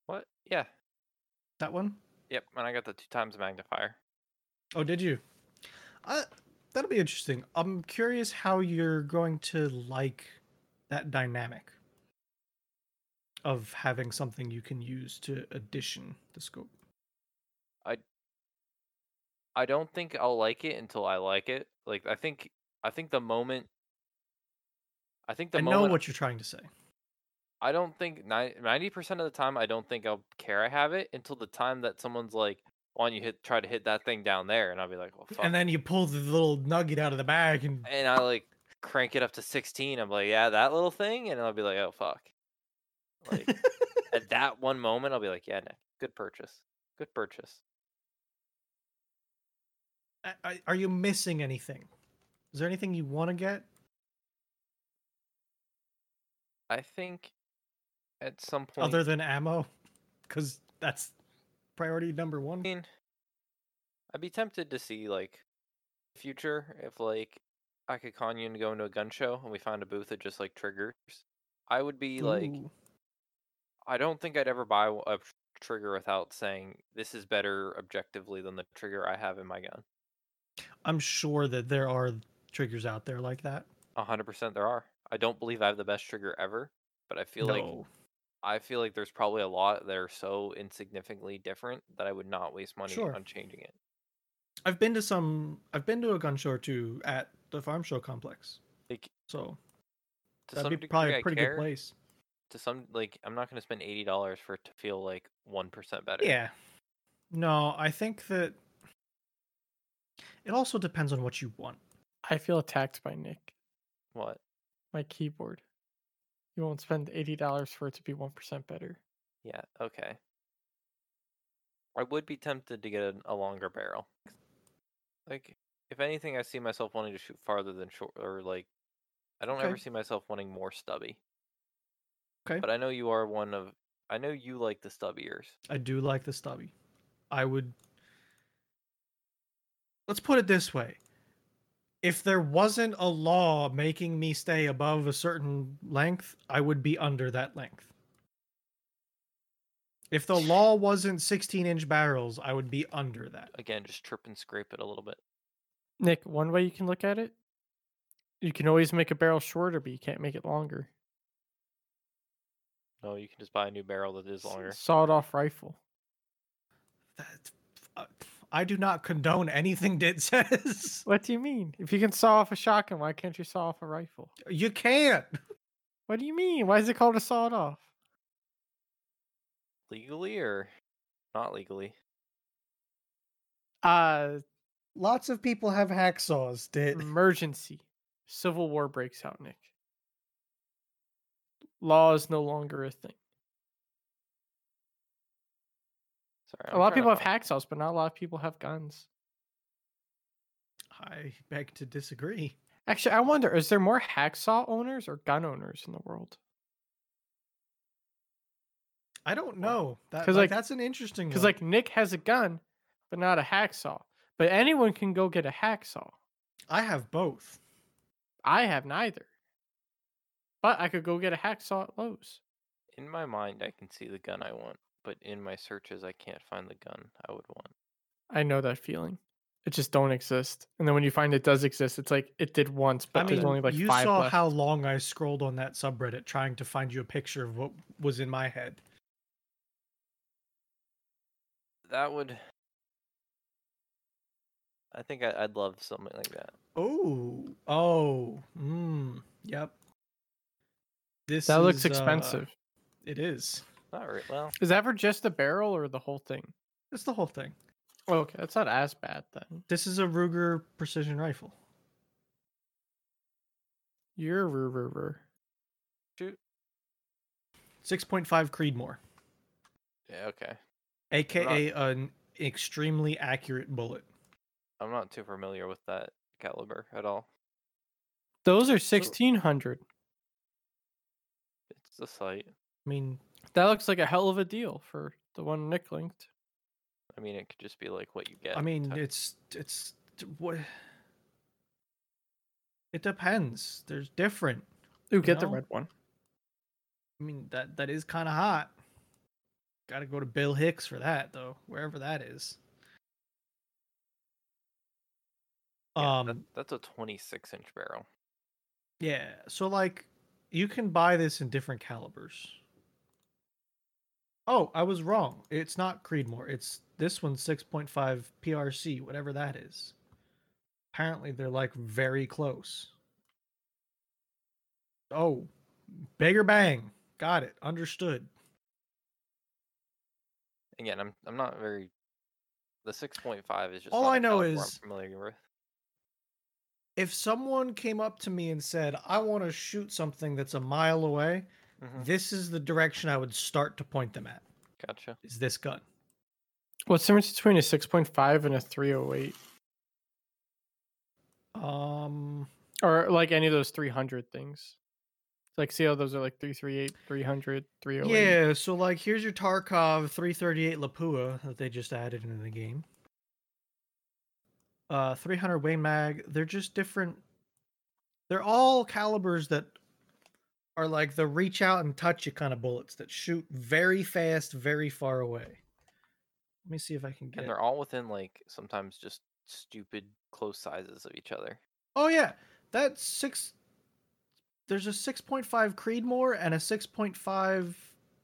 A: What? Yeah.
C: That one?
A: Yep, and I got the two times magnifier.
C: Oh, did you? Uh, that'll be interesting. I'm curious how you're going to like that dynamic of having something you can use to addition the scope.
A: I don't think I'll like it until I like it. Like I think I think the moment I think the
C: I know
A: moment
C: what you're trying to say.
A: I don't think ninety percent of the time I don't think I'll care I have it until the time that someone's like, "Why don't you hit try to hit that thing down there?" And I'll be like, "Well, fuck."
C: And then you pull the little nugget out of the bag and
A: and I like crank it up to sixteen. I'm like, "Yeah, that little thing," and I'll be like, "Oh fuck." Like at that one moment, I'll be like, "Yeah, Nick, good purchase, good purchase."
C: I- I- are you missing anything? Is there anything you want to get?
A: I think at some point,
C: other than ammo because that's priority number
A: I
C: one
A: mean, I'd be tempted to see like future if like I could con you into going to a gun show and we found a booth that just like triggers. I would be like,
C: Ooh.
A: I don't think I'd ever buy a tr- trigger without saying this is better objectively than the trigger I have in my gun.
C: i'm sure that there are triggers out there like that
A: A hundred percent, there are. I don't believe I have the best trigger ever, but I feel like
C: No.
A: I feel like there's probably a lot that are so insignificantly different that I would not waste money
C: Sure.
A: on changing it.
C: i've been to some i've been to a gun show or two at the farm show complex
A: Like
C: so
A: to
C: that'd
A: some
C: be
A: degree,
C: probably
A: I
C: a pretty
A: care.
C: good place
A: to some like I'm not gonna spend eighty dollars for it to feel like one percent better.
C: yeah no i think that it also depends on what you want
B: I feel attacked by Nick.
A: What?
B: My keyboard. You won't spend eighty dollars for it to be one percent better.
A: Yeah. Okay. I would be tempted to get a, a longer barrel. Like, if anything, I see myself wanting to shoot farther than short, or like, I don't ever
C: Okay.
A: see myself wanting more stubby.
C: Okay.
A: But I know you are one of. I know you like the stubbiers.
C: I do like the stubby. I would. Let's put it this way. If there wasn't a law making me stay above a certain length, I would be under that length. If the law wasn't 16 inch barrels, I would be under that.
A: Again, just trip and scrape it a little bit.
B: Nick, one way you can look at it, you can always make a barrel shorter, but you can't make it longer.
A: No, you can just buy a new barrel that is
B: S-
A: longer.
B: Sawed off rifle.
C: That- uh, I do not condone anything Dit says.
B: What do you mean? If you can saw off a shotgun, why can't you saw off a rifle?
C: You can't.
B: What do you mean? Why is it called a sawed off?
A: Legally or not legally?
B: Uh
C: Lots of people have hacksaws, Dit.
B: emergency. Civil war breaks out, Nick. Law is no longer a thing.
A: Sorry.
B: A lot of people have hacksaws, but not a lot of people have guns.
C: I beg to disagree.
B: Actually, I wonder, is there more hacksaw owners or gun owners in the world?
C: I don't
A: Well,
C: know. That,
B: 'cause, like-
C: like, that's an interesting
B: Because
C: one.
B: like Nick has a gun, but not a hacksaw. But anyone can go get a hacksaw.
C: I have both.
B: I have neither. But I could go get a hacksaw at Lowe's.
A: In my mind, I can see the gun I want, but in my searches, I can't find the gun I would want.
B: I know that feeling. It just don't exist. And then when you find it does exist, it's like it did once, but
C: I
B: there's
C: mean,
B: only like
C: you
B: five
C: saw
B: left.
C: how long I scrolled on that subreddit trying to find you a picture of what was in my head.
A: That would. I think I, I'd love something like that.
C: Oh, oh, mm, yep. This
B: That looks
C: is, uh,
B: expensive.
C: it is.
A: Not re- well.
B: Is that for just the barrel or the whole thing?
C: It's the whole thing.
B: Oh, okay, that's not as bad then.
C: This is a Ruger precision rifle.
B: You're roo- roo- roo.
C: 6.5 Creedmoor,
A: Yeah, okay.
C: aka an extremely accurate bullet.
A: I'm not too familiar with that caliber at all.
B: Those are sixteen hundred.
A: It's the sight.
C: I mean,
B: That looks like a hell of a deal for the one Nick linked.
A: I mean, it could just be like what you get.
C: I mean,
A: type-
C: it's it's t- what it depends. There's different.
B: Ooh, get the
C: No.
B: red one.
C: I mean, that that is kind of hot. Got to go to Bill Hicks for that though, wherever that is.
A: yeah,
C: um,
A: that- that's a 26 inch barrel.
C: yeah. So like, you can buy this in different calibers. Oh, I was wrong. It's not Creedmoor. It's this one's 6.5 PRC, whatever that is. Apparently, they're like very close. Oh, bigger bang. Got it. Understood.
A: Again, I'm I'm not very. The 6.5 is just
C: All
A: not
C: I
A: a
C: know
A: caliber I'm
C: is-
A: familiar with.
C: if someone came up to me and said, I want to shoot something that's a mile away,
A: Mhm,
C: this is the direction I would start to point them at
A: Gotcha.
C: is this gun.
B: What's the difference between a six point five and a three oh eight,
C: Um,
B: or like any of those three hundred things? Like, see how those are like 338, 300, 308.
C: yeah, so like here's your Tarkov 338 Lapua that they just added into the game. Uh, 300 Way Mag, they're just different. They're all calibers that are like the reach out and touch you kind of bullets that shoot very fast, very far away. Let me see if I can get
A: And they're all within like sometimes just stupid close sizes of each other.
C: Oh yeah, that six. There's a 6.5 Creedmoor and a 6.5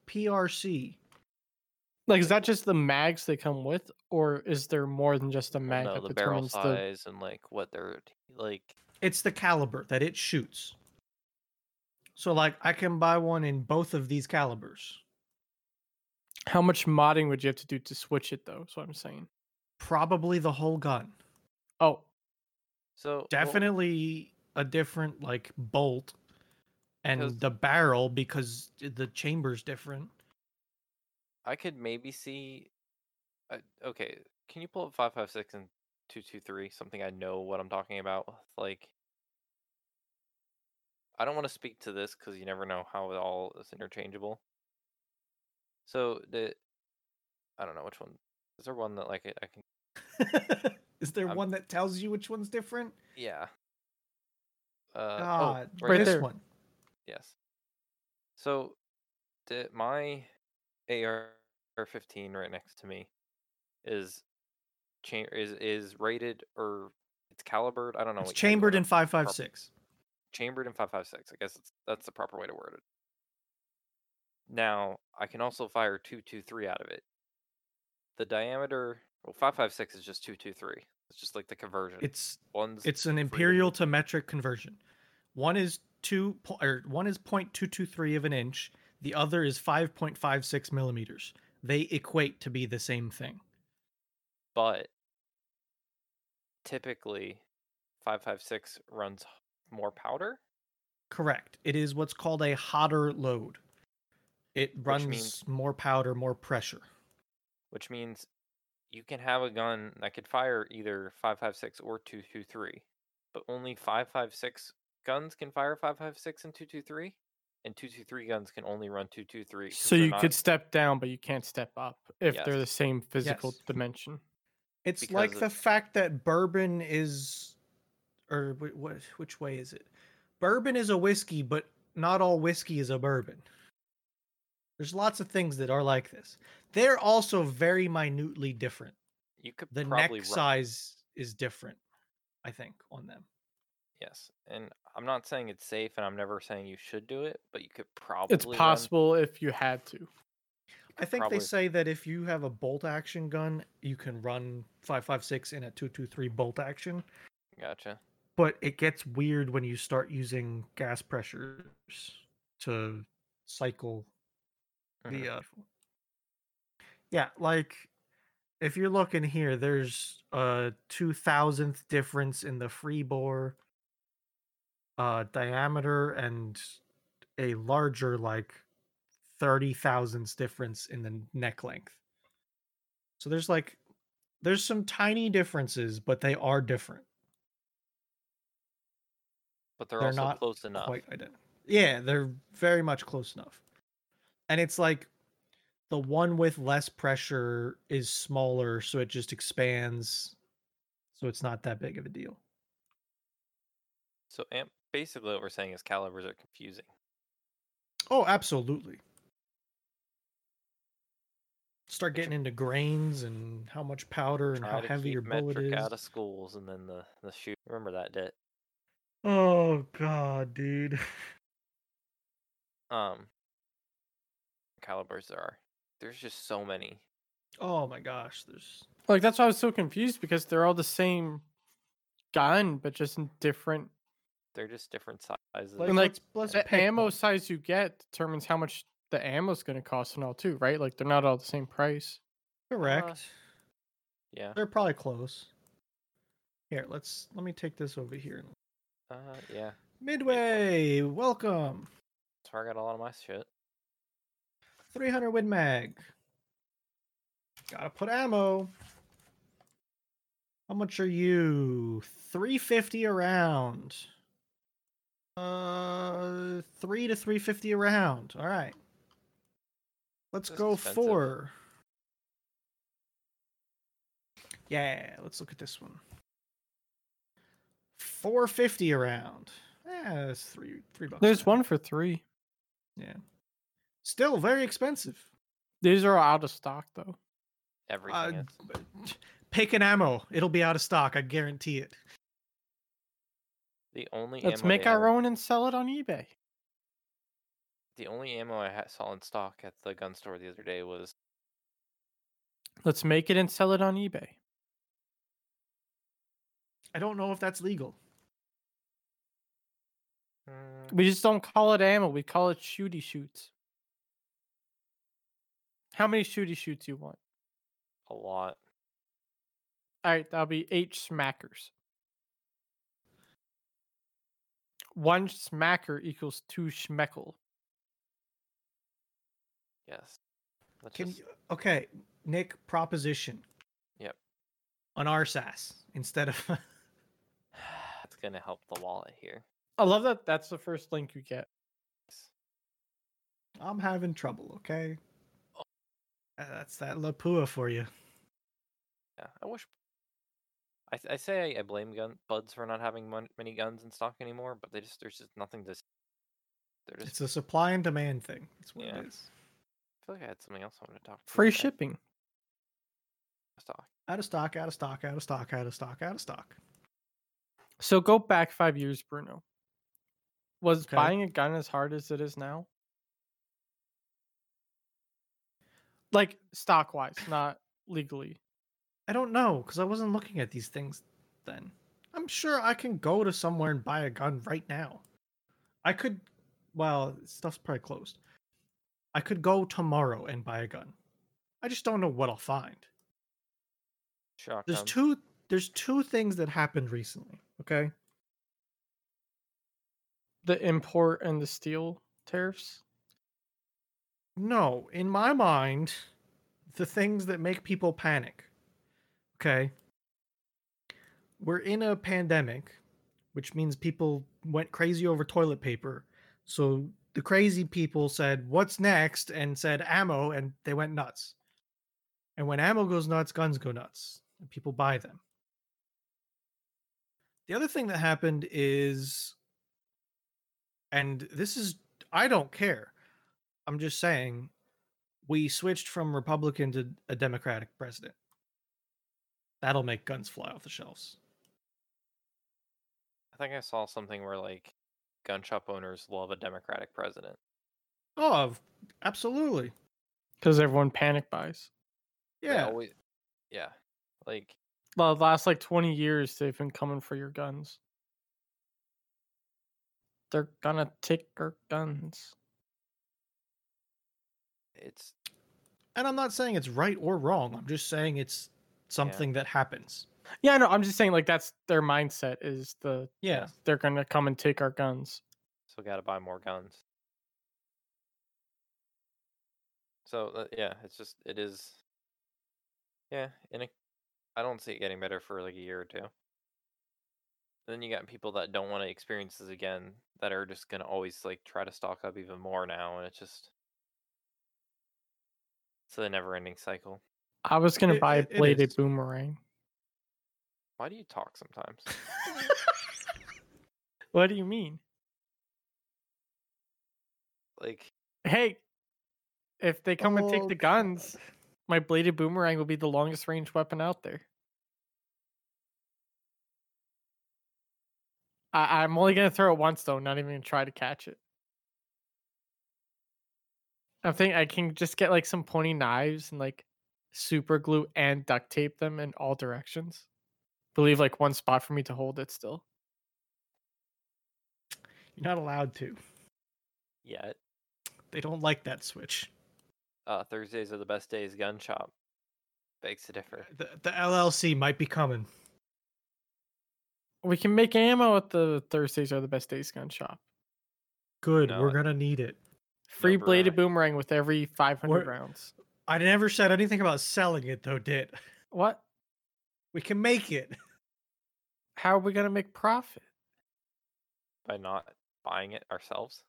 C: PRC.
B: Like, is that just the mags they come with, or is there more than just a
A: Well,
B: mag
A: no,
B: that
A: the barrel
B: determines the
A: size and like what they're like.
C: It's the caliber that it shoots. So like, I can buy one in both of these calibers.
B: How much modding would you have to do to switch it, though? Is what I'm saying.
C: Probably the whole gun.
B: Oh,
A: So well,
C: Definitely a different like bolt,
A: Because-
C: and the barrel because the chamber's different.
A: I could maybe see. Uh, okay, can you pull up five five six and two two three? Something I know what I'm talking about. with, Like, I don't want to speak to this because you never know how it all is interchangeable. So the, I don't know which one. Is there one that like I I can?
C: Is there
A: I'm-
C: one that tells you which one's different?
A: Yeah. Uh,
C: Ah,
A: oh,
B: right
A: there.
C: this
B: there.
C: one.
A: Yes. So, the, my AR-15 right next to me is cha- is is rated or it's calibered. I don't know.
C: It's
A: what you guys
C: chambered
A: wanna-
C: in five five six.
A: chambered in 556. I guess it's, that's the proper way to word it. Now, I can also fire 223 out of it. The diameter, well, 556 is just 223. It's just like the conversion.
C: It's
A: one's
C: it's an
A: freedom.
C: imperial to metric conversion. One is two po- or one is 0.223 of an inch. The other is five point five six millimeters. They equate to be the same thing.
A: but typically 556 runs h- more powder
C: Correct. It is what's called a hotter load. It runs
A: means-
C: more powder, more pressure.
A: which means you can have a gun that could fire either 556 or 223 but only 556 guns can fire 556 and 223 and 223 guns can only run 223 'cause
B: so
A: they're
B: you
A: not-
B: could step down, but you can't step up if they're the
A: Yes.
B: same physical
C: Yes.
B: dimension.
C: It's
A: because
C: like
A: of-
C: the fact that bourbon is, or wh- what? Which way is it? Bourbon is a whiskey, but not all whiskey is a bourbon. There's lots of things that are like this. They're also very minutely different.
A: you could
C: The neck
A: probably run,
C: size is different, I think, on them.
A: yes and i'm not saying it's safe and i'm never saying you should do it but you could probably
B: It's
A: run-
B: possible if you had to.
A: you
C: I
A: could
C: think
A: probably-
C: they say that if you have a bolt action gun, you can run 5.56 in a 2.23 bolt action.
A: gotcha
C: but it gets weird when you start using gas pressures to cycle
A: Mhm.
C: the uh, yeah like if you're looking here there's a 2000th difference in the free bore uh diameter and a larger like 30 thousandths difference in the neck length so there's like there's some tiny differences but they are different
A: but they're,
C: they're
A: also
C: not
A: close enough.
C: quite identical. Yeah, they're very much close enough. And it's like the one with less pressure is smaller, so it just expands. So it's not that big of a deal.
A: So amp, basically, what we're saying is calibers are confusing.
C: Oh, absolutely. Start getting into grains and how much powder and
A: Try
C: how
A: to
C: heavy
A: keep
C: your bullet
A: metric
C: is.
A: out of schools, and then the the shoot. Remember that debt.
C: Oh god, dude.
A: Um, calibers there are. There's just so many.
C: Oh my gosh, there's
B: Like that's why I was so confused because they're all the same gun, but just in different
A: They're just different sizes.
C: like,
B: And, like,
C: let's, let's
B: the
C: pick
B: ammo
C: one.
B: size you get determines how much the ammo's gonna cost and all too, right? Like they're not all the same price.
C: correct.
A: yeah.
C: They're probably close. Here, let's let me take this over here.
A: Uh, yeah.
C: Midway, welcome.
A: That's where I got a lot of my
C: Uh,
A: shit.
C: 300 win mag. Gotta put ammo. How much are you? 350 a round. Uh, three to 350 a round. All right. Let's
A: That's
C: go
A: expensive.
C: four. Yeah, let's look at this one. 450 a round. Yeah, that's three three bucks.
B: There's
C: there.
B: one for three.
C: Still very expensive.
B: These are all out of stock though.
A: Everything.
C: Uh,
A: is.
C: b- pick an ammo. It'll be out of stock. I guarantee it.
A: The only
B: Let's
A: ammo
B: make
A: they
B: our
A: had-
B: own and sell it on eBay.
A: The only ammo I ha- saw in stock at the gun store the other day was
B: Let's make it and sell it on eBay.
C: I don't know if that's legal.
A: mm,
B: We just don't call it ammo. We call it shooty shoots. How many shooty shoots you want?
A: a lot.
B: All right, that'll be eight smackers. One smacker equals two schmeckle.
A: Yes. Let's
C: Can
A: just-
C: you, okay, Nick proposition.
A: Yep.
C: On RSAS instead of
A: It's gonna help the wallet here.
B: I love that. That's the first link you get.
C: I'm having trouble, okay?
A: Oh.
C: Uh, That's that Lapua for you.
A: Yeah, I wish. I, th- I say I, I blame gun buds for not having mon- many guns in stock anymore, but they just there's just nothing to. s- They're just.
C: It's a supply and demand thing. That's what
A: Yeah.
C: it is.
A: I feel like I had something else I wanted to talk. to you
B: Free
A: about.
B: shipping.
A: Stock.
C: Out of stock, out of stock, out of stock, out of stock, out of stock.
B: So go back five years, Bruno. Was
C: Okay.
B: buying a gun as hard as it is now? Like stock wise, not legally.
C: I don't know because I wasn't looking at these things then. I'm sure I can go to somewhere and buy a gun right now. I could, well, stuff's probably closed. I could go tomorrow and buy a gun. I just don't know what I'll find.
A: Shotgun.
C: There's two. There's two things that happened recently. Okay.
B: The import and the steel tariffs.
C: No, in my mind, the things that make people panic. Okay. We're in a pandemic, which means people went crazy over toilet paper. So the crazy people said, What's next? and said ammo, and they went nuts. And when ammo goes nuts, guns go nuts, and people buy them. The other thing that happened is, and this is, I don't care. I'm just saying we switched from Republican to a Democratic president. That'll make guns fly off the shelves.
A: I think I saw something where like gun shop owners love a Democratic president.
C: Oh, of- absolutely.
B: Because everyone panic buys.
A: They
C: Yeah.
A: always- yeah. Like
B: Well, the last like 20 years, they've been coming for your guns. They're gonna take our guns.
A: It's
C: And I'm not saying it's right or wrong. I'm just saying it's something that happens.
B: Yeah, I know. I'm just saying, like, that's their mindset is the
C: Yeah.
B: they're gonna come and take our guns.
A: still got to buy more guns. So uh, yeah, it's just it is. Yeah, and it, I don't see it getting better for like a year or two. then you got people that don't want to experience this again that are just gonna always like try to stock up even more now, and it's just it's a never-ending cycle.
B: I was gonna
C: It-
B: buy a
C: it- it
B: bladed
C: is.
B: boomerang.
A: Why do you talk sometimes?
B: What do you mean?
A: Like
B: Hey, if they come and take
D: Oh,
B: the
D: God.
B: guns, my bladed boomerang will be the longest range weapon out there. I- I'm only gonna throw it once though, not even gonna try to catch it. I think I can just get like some pony knives and like super glue and duct tape them in all directions. Believe like one spot for me to hold it still.
C: You're not allowed to.
A: yeah,
C: They don't like that switch.
A: uh, Thursdays are the best days. Gun shop begs to differ.
C: The, the LLC might be coming.
B: We can make ammo at the Thursdays are the best days gun shop.
C: Good.
A: No,
C: we're
A: I-
C: going to need it.
B: Free
A: Number
B: bladed
A: nine.
B: boomerang with every 500
C: What-
B: rounds.
C: I never said anything about selling it, though, did
B: What?
C: we? Can make it.
B: How are we gonna make profit?
A: by not buying it ourselves.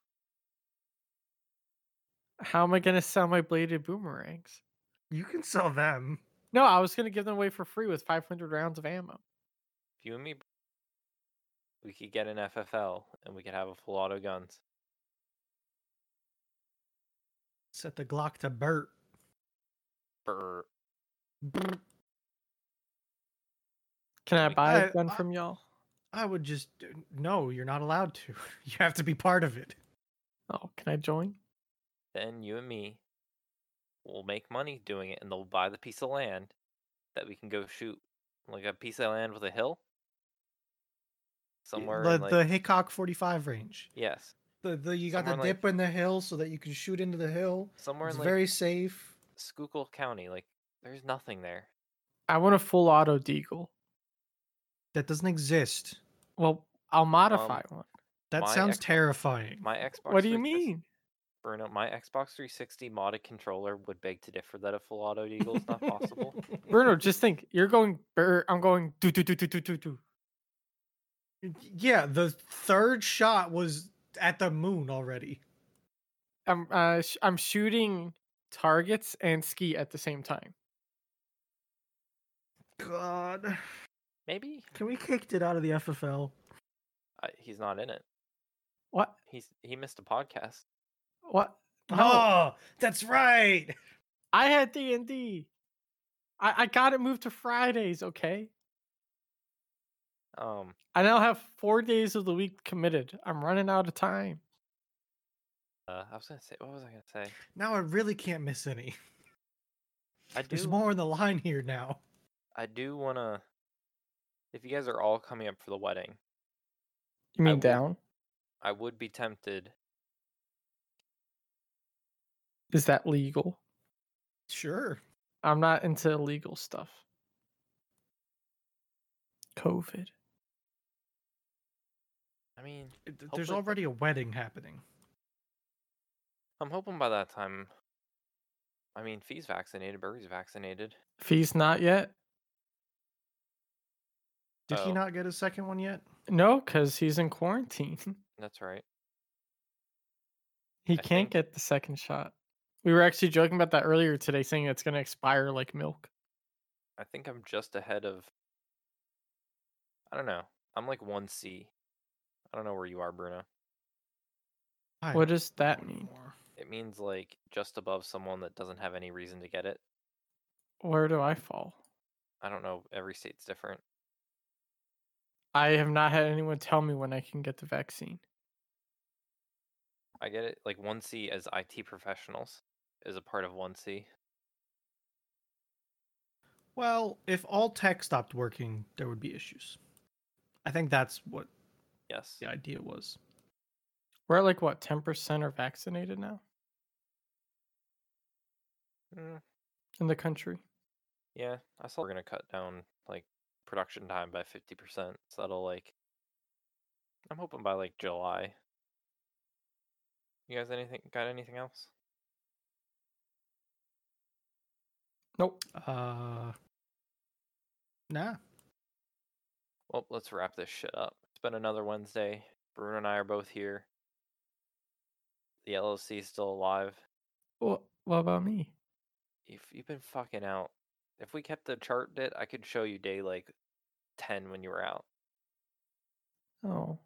B: How am I gonna sell my bladed boomerangs?
C: You can sell them.
B: No, I was gonna give them away for free with 500 rounds of ammo.
A: If you and me, we could get an FFL and we could have a full auto guns.
C: Set the Glock to Bert.
A: Brr.
B: Can I
A: We-
B: buy a
C: I-
B: gun
C: I-
B: from y'all?
C: I would just uh, no. You're not allowed to. You have to be part of it.
B: Oh, can I join?
A: Then you and me will make money doing it, and they'll buy the piece of land that we can go shoot, like a piece of land with a hill somewhere.
C: the
A: in, like,
C: the Hickok 45 range.
A: yes,
C: The the you got
A: Somewhere
C: the
A: like-
C: dip in the hill so that you can shoot into the hill.
A: somewhere
C: it's
A: in like
C: very safe.
A: Schuylkill County. Like there's nothing there.
B: I want a full auto deagle.
C: That doesn't exist.
B: Well, I'll modify
C: Um,
B: one.
C: That
A: my
C: sounds
A: Xbox-
C: terrifying.
A: My Xbox.
B: What do you
A: 360
B: mean?
A: Bruno, my Xbox 360 modded controller would beg to differ that a full auto eagle is not possible.
B: Bruno, just think. You're going. Bur- I'm going. Do do do do do do do.
C: yeah, the third shot was at the moon already.
B: I'm uh, sh- I'm shooting targets and ski at the same time.
C: God,
A: Maybe
C: can we kick it out of the FFL?
A: I, he's not in it.
B: What?
A: He's he missed a podcast.
B: What? No.
C: Oh, that's right.
B: I had D and D. I I got it moved to Fridays. Okay.
A: Um,
B: I now have four days of the week committed. I'm running out of time.
A: uh, I was gonna say, what was I gonna say?
C: Now I really can't miss any.
A: I do,
C: There's more on the line here now.
A: I do wanna. If you guys are all coming up for the wedding, I
B: You mean
A: will-
B: down?
A: I would be tempted.
B: Is that legal?
C: Sure.
B: I'm not into illegal stuff. COVID.
A: I mean,
C: Th- th-
A: Hopefully
C: There's
A: so.
C: already a wedding happening.
A: I'm hoping by that time. I mean, Fee's vaccinated, Burry's vaccinated.
B: If he's not yet,
C: Did
A: Oh.
C: he not get a second one yet?
B: no, because he's in quarantine.
A: That's right.
B: He
A: I
B: can't
A: think-
B: get the second shot. We were actually joking about that earlier today, saying it's going to expire like milk.
A: I think I'm just ahead of. I don't know. I'm like one C. I don't know where you are, Bruno.
C: I
B: What
C: don't
B: does that
C: know
B: mean?
C: anymore.
A: It means like just above someone that doesn't have any reason to get it.
B: Where do I fall?
A: I don't know. Every state's different.
B: I have not had anyone tell me when I can get the vaccine.
A: I get it. Like 1C as IT professionals is a part of 1C.
C: Well, if all tech stopped working, there would be issues. I think that's what
A: Yes.
C: the idea was.
B: We're at like what, 10% are vaccinated now?
A: Mm,
B: in the country.
A: yeah, I saw we're gonna cut down like production time by fifty percent. So that'll like, I'm hoping by like July. You guys, anything got anything else?
B: Nope.
C: Uh, nah.
A: Well, let's wrap this shit up. It's been another Wednesday. Bruno and I are both here. The LLC is still alive.
B: What, what about me?
A: If you've been fucking out, if we kept the chart bit, I could show you day like ten when you were out.
B: Oh,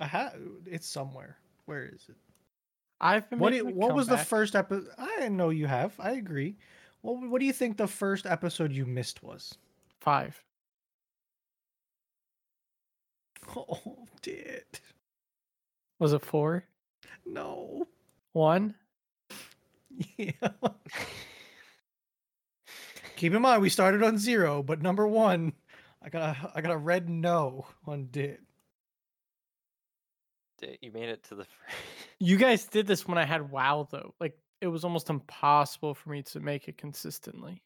C: I ha- it's somewhere. Where is it?
B: I've been.
C: What, do
B: making
C: you-
B: a
C: what was the
B: comeback.
C: first episode? I know you have. I agree. What what do you think the first episode you missed was?
B: five?
C: Oh, did
B: Was it four?
C: no.
B: One?
C: Yeah. Keep in mind we started on zero, but number one, I got a, I got a red no on did.
A: Day- You made it to the. fir-
B: You guys did this when I had WoW though. Like it was almost impossible for me to make it consistently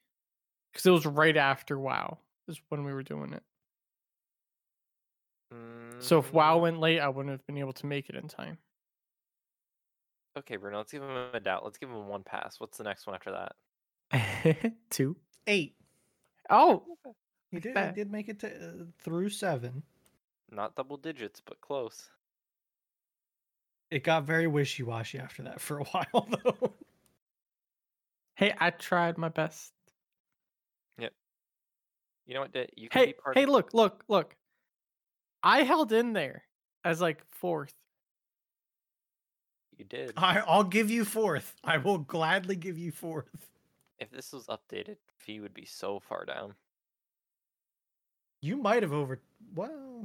B: because it was right after WoW is when we were doing it. So if WoW
A: Mm,
B: went late, I wouldn't have been able to make it in time.
A: Okay, Bruno, let's give him a doubt. Let's give him one pass. What's the next one after that?
B: Two.
C: Eight.
B: Oh,
C: He
B: Look at
C: did, he
B: that.
C: did make it to uh, through seven.
A: Not double digits, but close.
C: It got very wishy washy after that for a while though.
B: hey, I tried my best.
A: You know what? Day- You can
B: Hey,
A: be part
B: hey,
A: of-
B: look, look, look. I held in there as like fourth.
A: You did.
C: I, I'll give you fourth. I will gladly give you fourth.
A: If this was updated, Fee would be so far down.
C: You might have over. Well,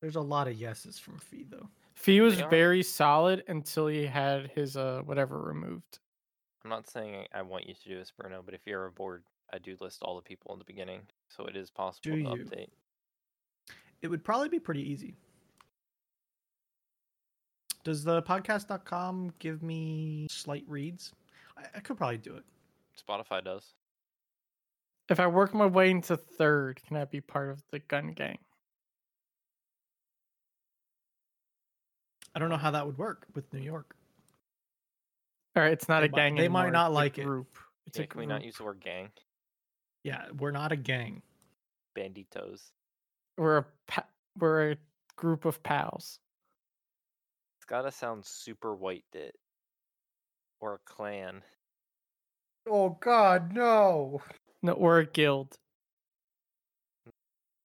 C: there's a lot of yeses from Fee though.
B: Fee was
A: are.
B: very solid until he had his uh whatever removed.
A: I'm not saying I want you to do this, Bruno, but if you're ever bored, I do list all the people in the beginning, so it is possible
C: Do
A: to
C: you?
A: update.
C: It would probably be pretty easy. Does the podcast.com give me slight reads? I, I could probably do it.
A: Spotify does.
B: If I work my way into third, can I be part of the gun gang?
C: I don't know how that would work with New York.
B: All right, it's not
C: They
B: a
C: might-
B: gang.
C: they might
B: anymore,
C: not
B: it's a
C: like it.
B: Group. It's
A: Yeah,
B: a
A: can we not use
B: group.
A: the word gang?
C: Yeah, we're not a gang.
A: Banditos.
B: We're a pa- we're a group of pals.
A: It's gotta sound super white dit. Or a clan.
E: Oh God, no!
B: No, we're a guild.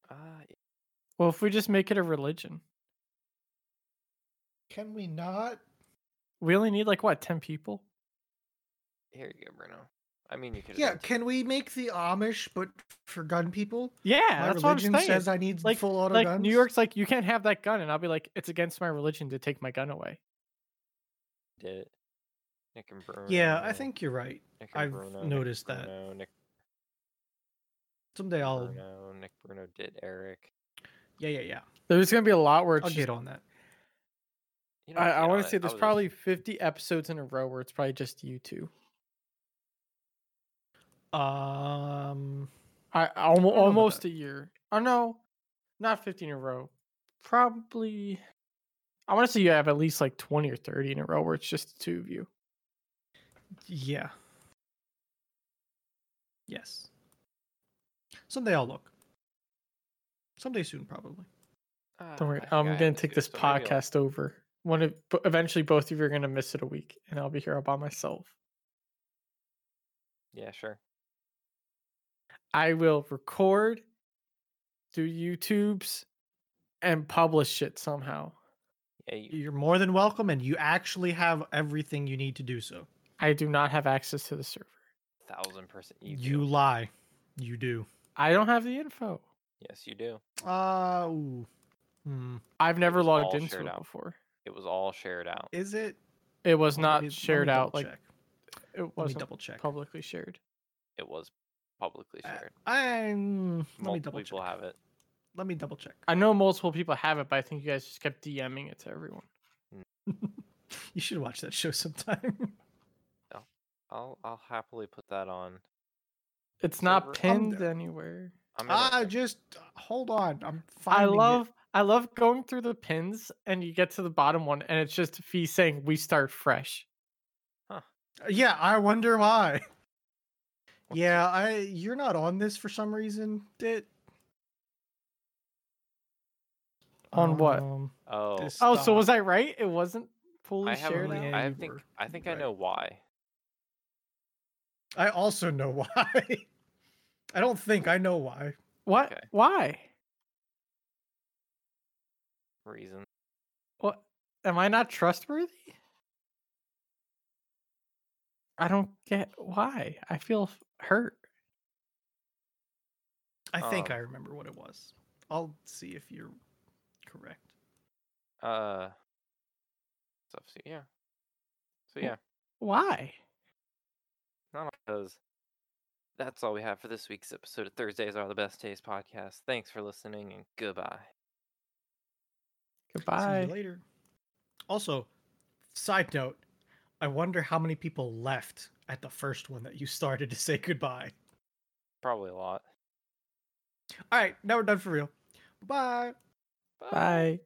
A: Ah, y-
B: Well, if we just make it a religion,
E: Can we not?
B: we only need like what ten people.
A: here you go, Bruno. I mean, you could.
E: Yeah, can we make the Amish but for gun people?
B: Yeah,
E: My
B: that's what I'm
E: religion
B: saying.
E: says I need
B: Like-
E: full auto
B: like
E: guns.
B: New York's like you can't have that gun, and I'll be like, it's against my religion to take my gun away.
A: Did it. Nick and Bruno.
C: Yeah, I think you're right.
A: Nick and
C: I've
A: Bruno, Nick
C: noticed that.
A: Bruno, Nick
C: Someday I'll.
A: Bruno, Nick Bruno did Eric.
C: Yeah, yeah, yeah.
B: There's gonna be a lot where it's
C: I'll
B: just
C: get on that.
A: You
B: I,
A: don't get
B: I want
A: on
B: to
A: it.
B: say there's
A: was just-
B: probably 50 episodes in a row where it's probably just you two.
C: Um,
B: I almo-
C: about
B: almost
C: that.
B: a year. Oh no, not 50 in a row. Probably. I want to say you have at least like 20 or 30 in a row where it's just the two of you.
C: yeah. Yes. Someday I'll look. Someday soon, probably.
A: Ah,
B: Don't
A: I
B: worry,
A: think
B: I'm
A: I had
B: gonna take
A: too,
B: this
A: so maybe I'll-
B: podcast over. One of, but eventually, both of you are gonna miss it a week, and I'll be here all by myself.
A: Yeah, sure.
B: I will record, do YouTubes, and publish it somehow.
A: Yeah, you,
C: You're more than welcome, and you actually have everything you need to do so.
B: I do not have access to the server.
A: thousand percent. You,
C: You,
A: do.
C: lie. You do.
B: I don't have the info.
A: Yes, you do.
C: Uh, ooh. Hmm.
B: I've never
A: was
B: logged
A: all
B: into
A: shared
B: it
A: out.
B: before.
A: It was all shared out.
C: Is it?
B: It was
C: Let
B: not
C: me- let
B: shared
C: me
B: out
C: double
B: like
C: check.
B: it
C: Let me
B: wasn't
C: double check.
B: publicly shared.
A: It was publicly
C: Uh,
A: shared.
C: I'm. Let me
A: Multiple
C: double
A: people
C: check.
A: have it.
C: Let me double check.
B: I know multiple people have it, but I think you guys just kept DMing it to everyone.
C: you should watch that show sometime.
A: I'll I'll happily put that on.
B: It's not
A: Over-
C: I'm
B: pinned
C: there.
B: anywhere.
A: I'm gonna-
C: Ah, just hold on. I'm
B: I
C: finding. it.
B: love I love going through the pins and you get to the bottom one and it's just Fee saying we start fresh.
C: Yeah, I wonder why.
A: What the-
C: Yeah, I you're not on this for some reason, Dit.
B: On what?
C: Um,
A: Oh,
C: this
B: Oh, so
C: stuff.
B: was I right? It wasn't fully
A: I have.
B: shared.
A: a-
B: out?
C: Yeah,
A: I
C: you
A: think
C: were.
A: I
C: You're
A: think I
C: right.
A: know why.
C: I also know why. I don't think I know why.
B: What?
A: okay.
B: Why?
A: Reason.
B: What? Am I not trustworthy? I don't get why. I feel f- hurt.
C: I think
A: Um,
C: I remember what it was. I'll see if you're correct.
A: Uh. Stuff. So, yeah. So yeah,
B: Why?
A: not because. That's all we have for this week's episode of Thursdays Are the Best Days podcast. Thanks for listening and goodbye.
C: See
B: Goodbye.
C: you later. Also, side note, I wonder how many people left at the first one that you started to say goodbye.
A: Probably a lot.
C: All right, now we're done for real. Bye.
B: Bye.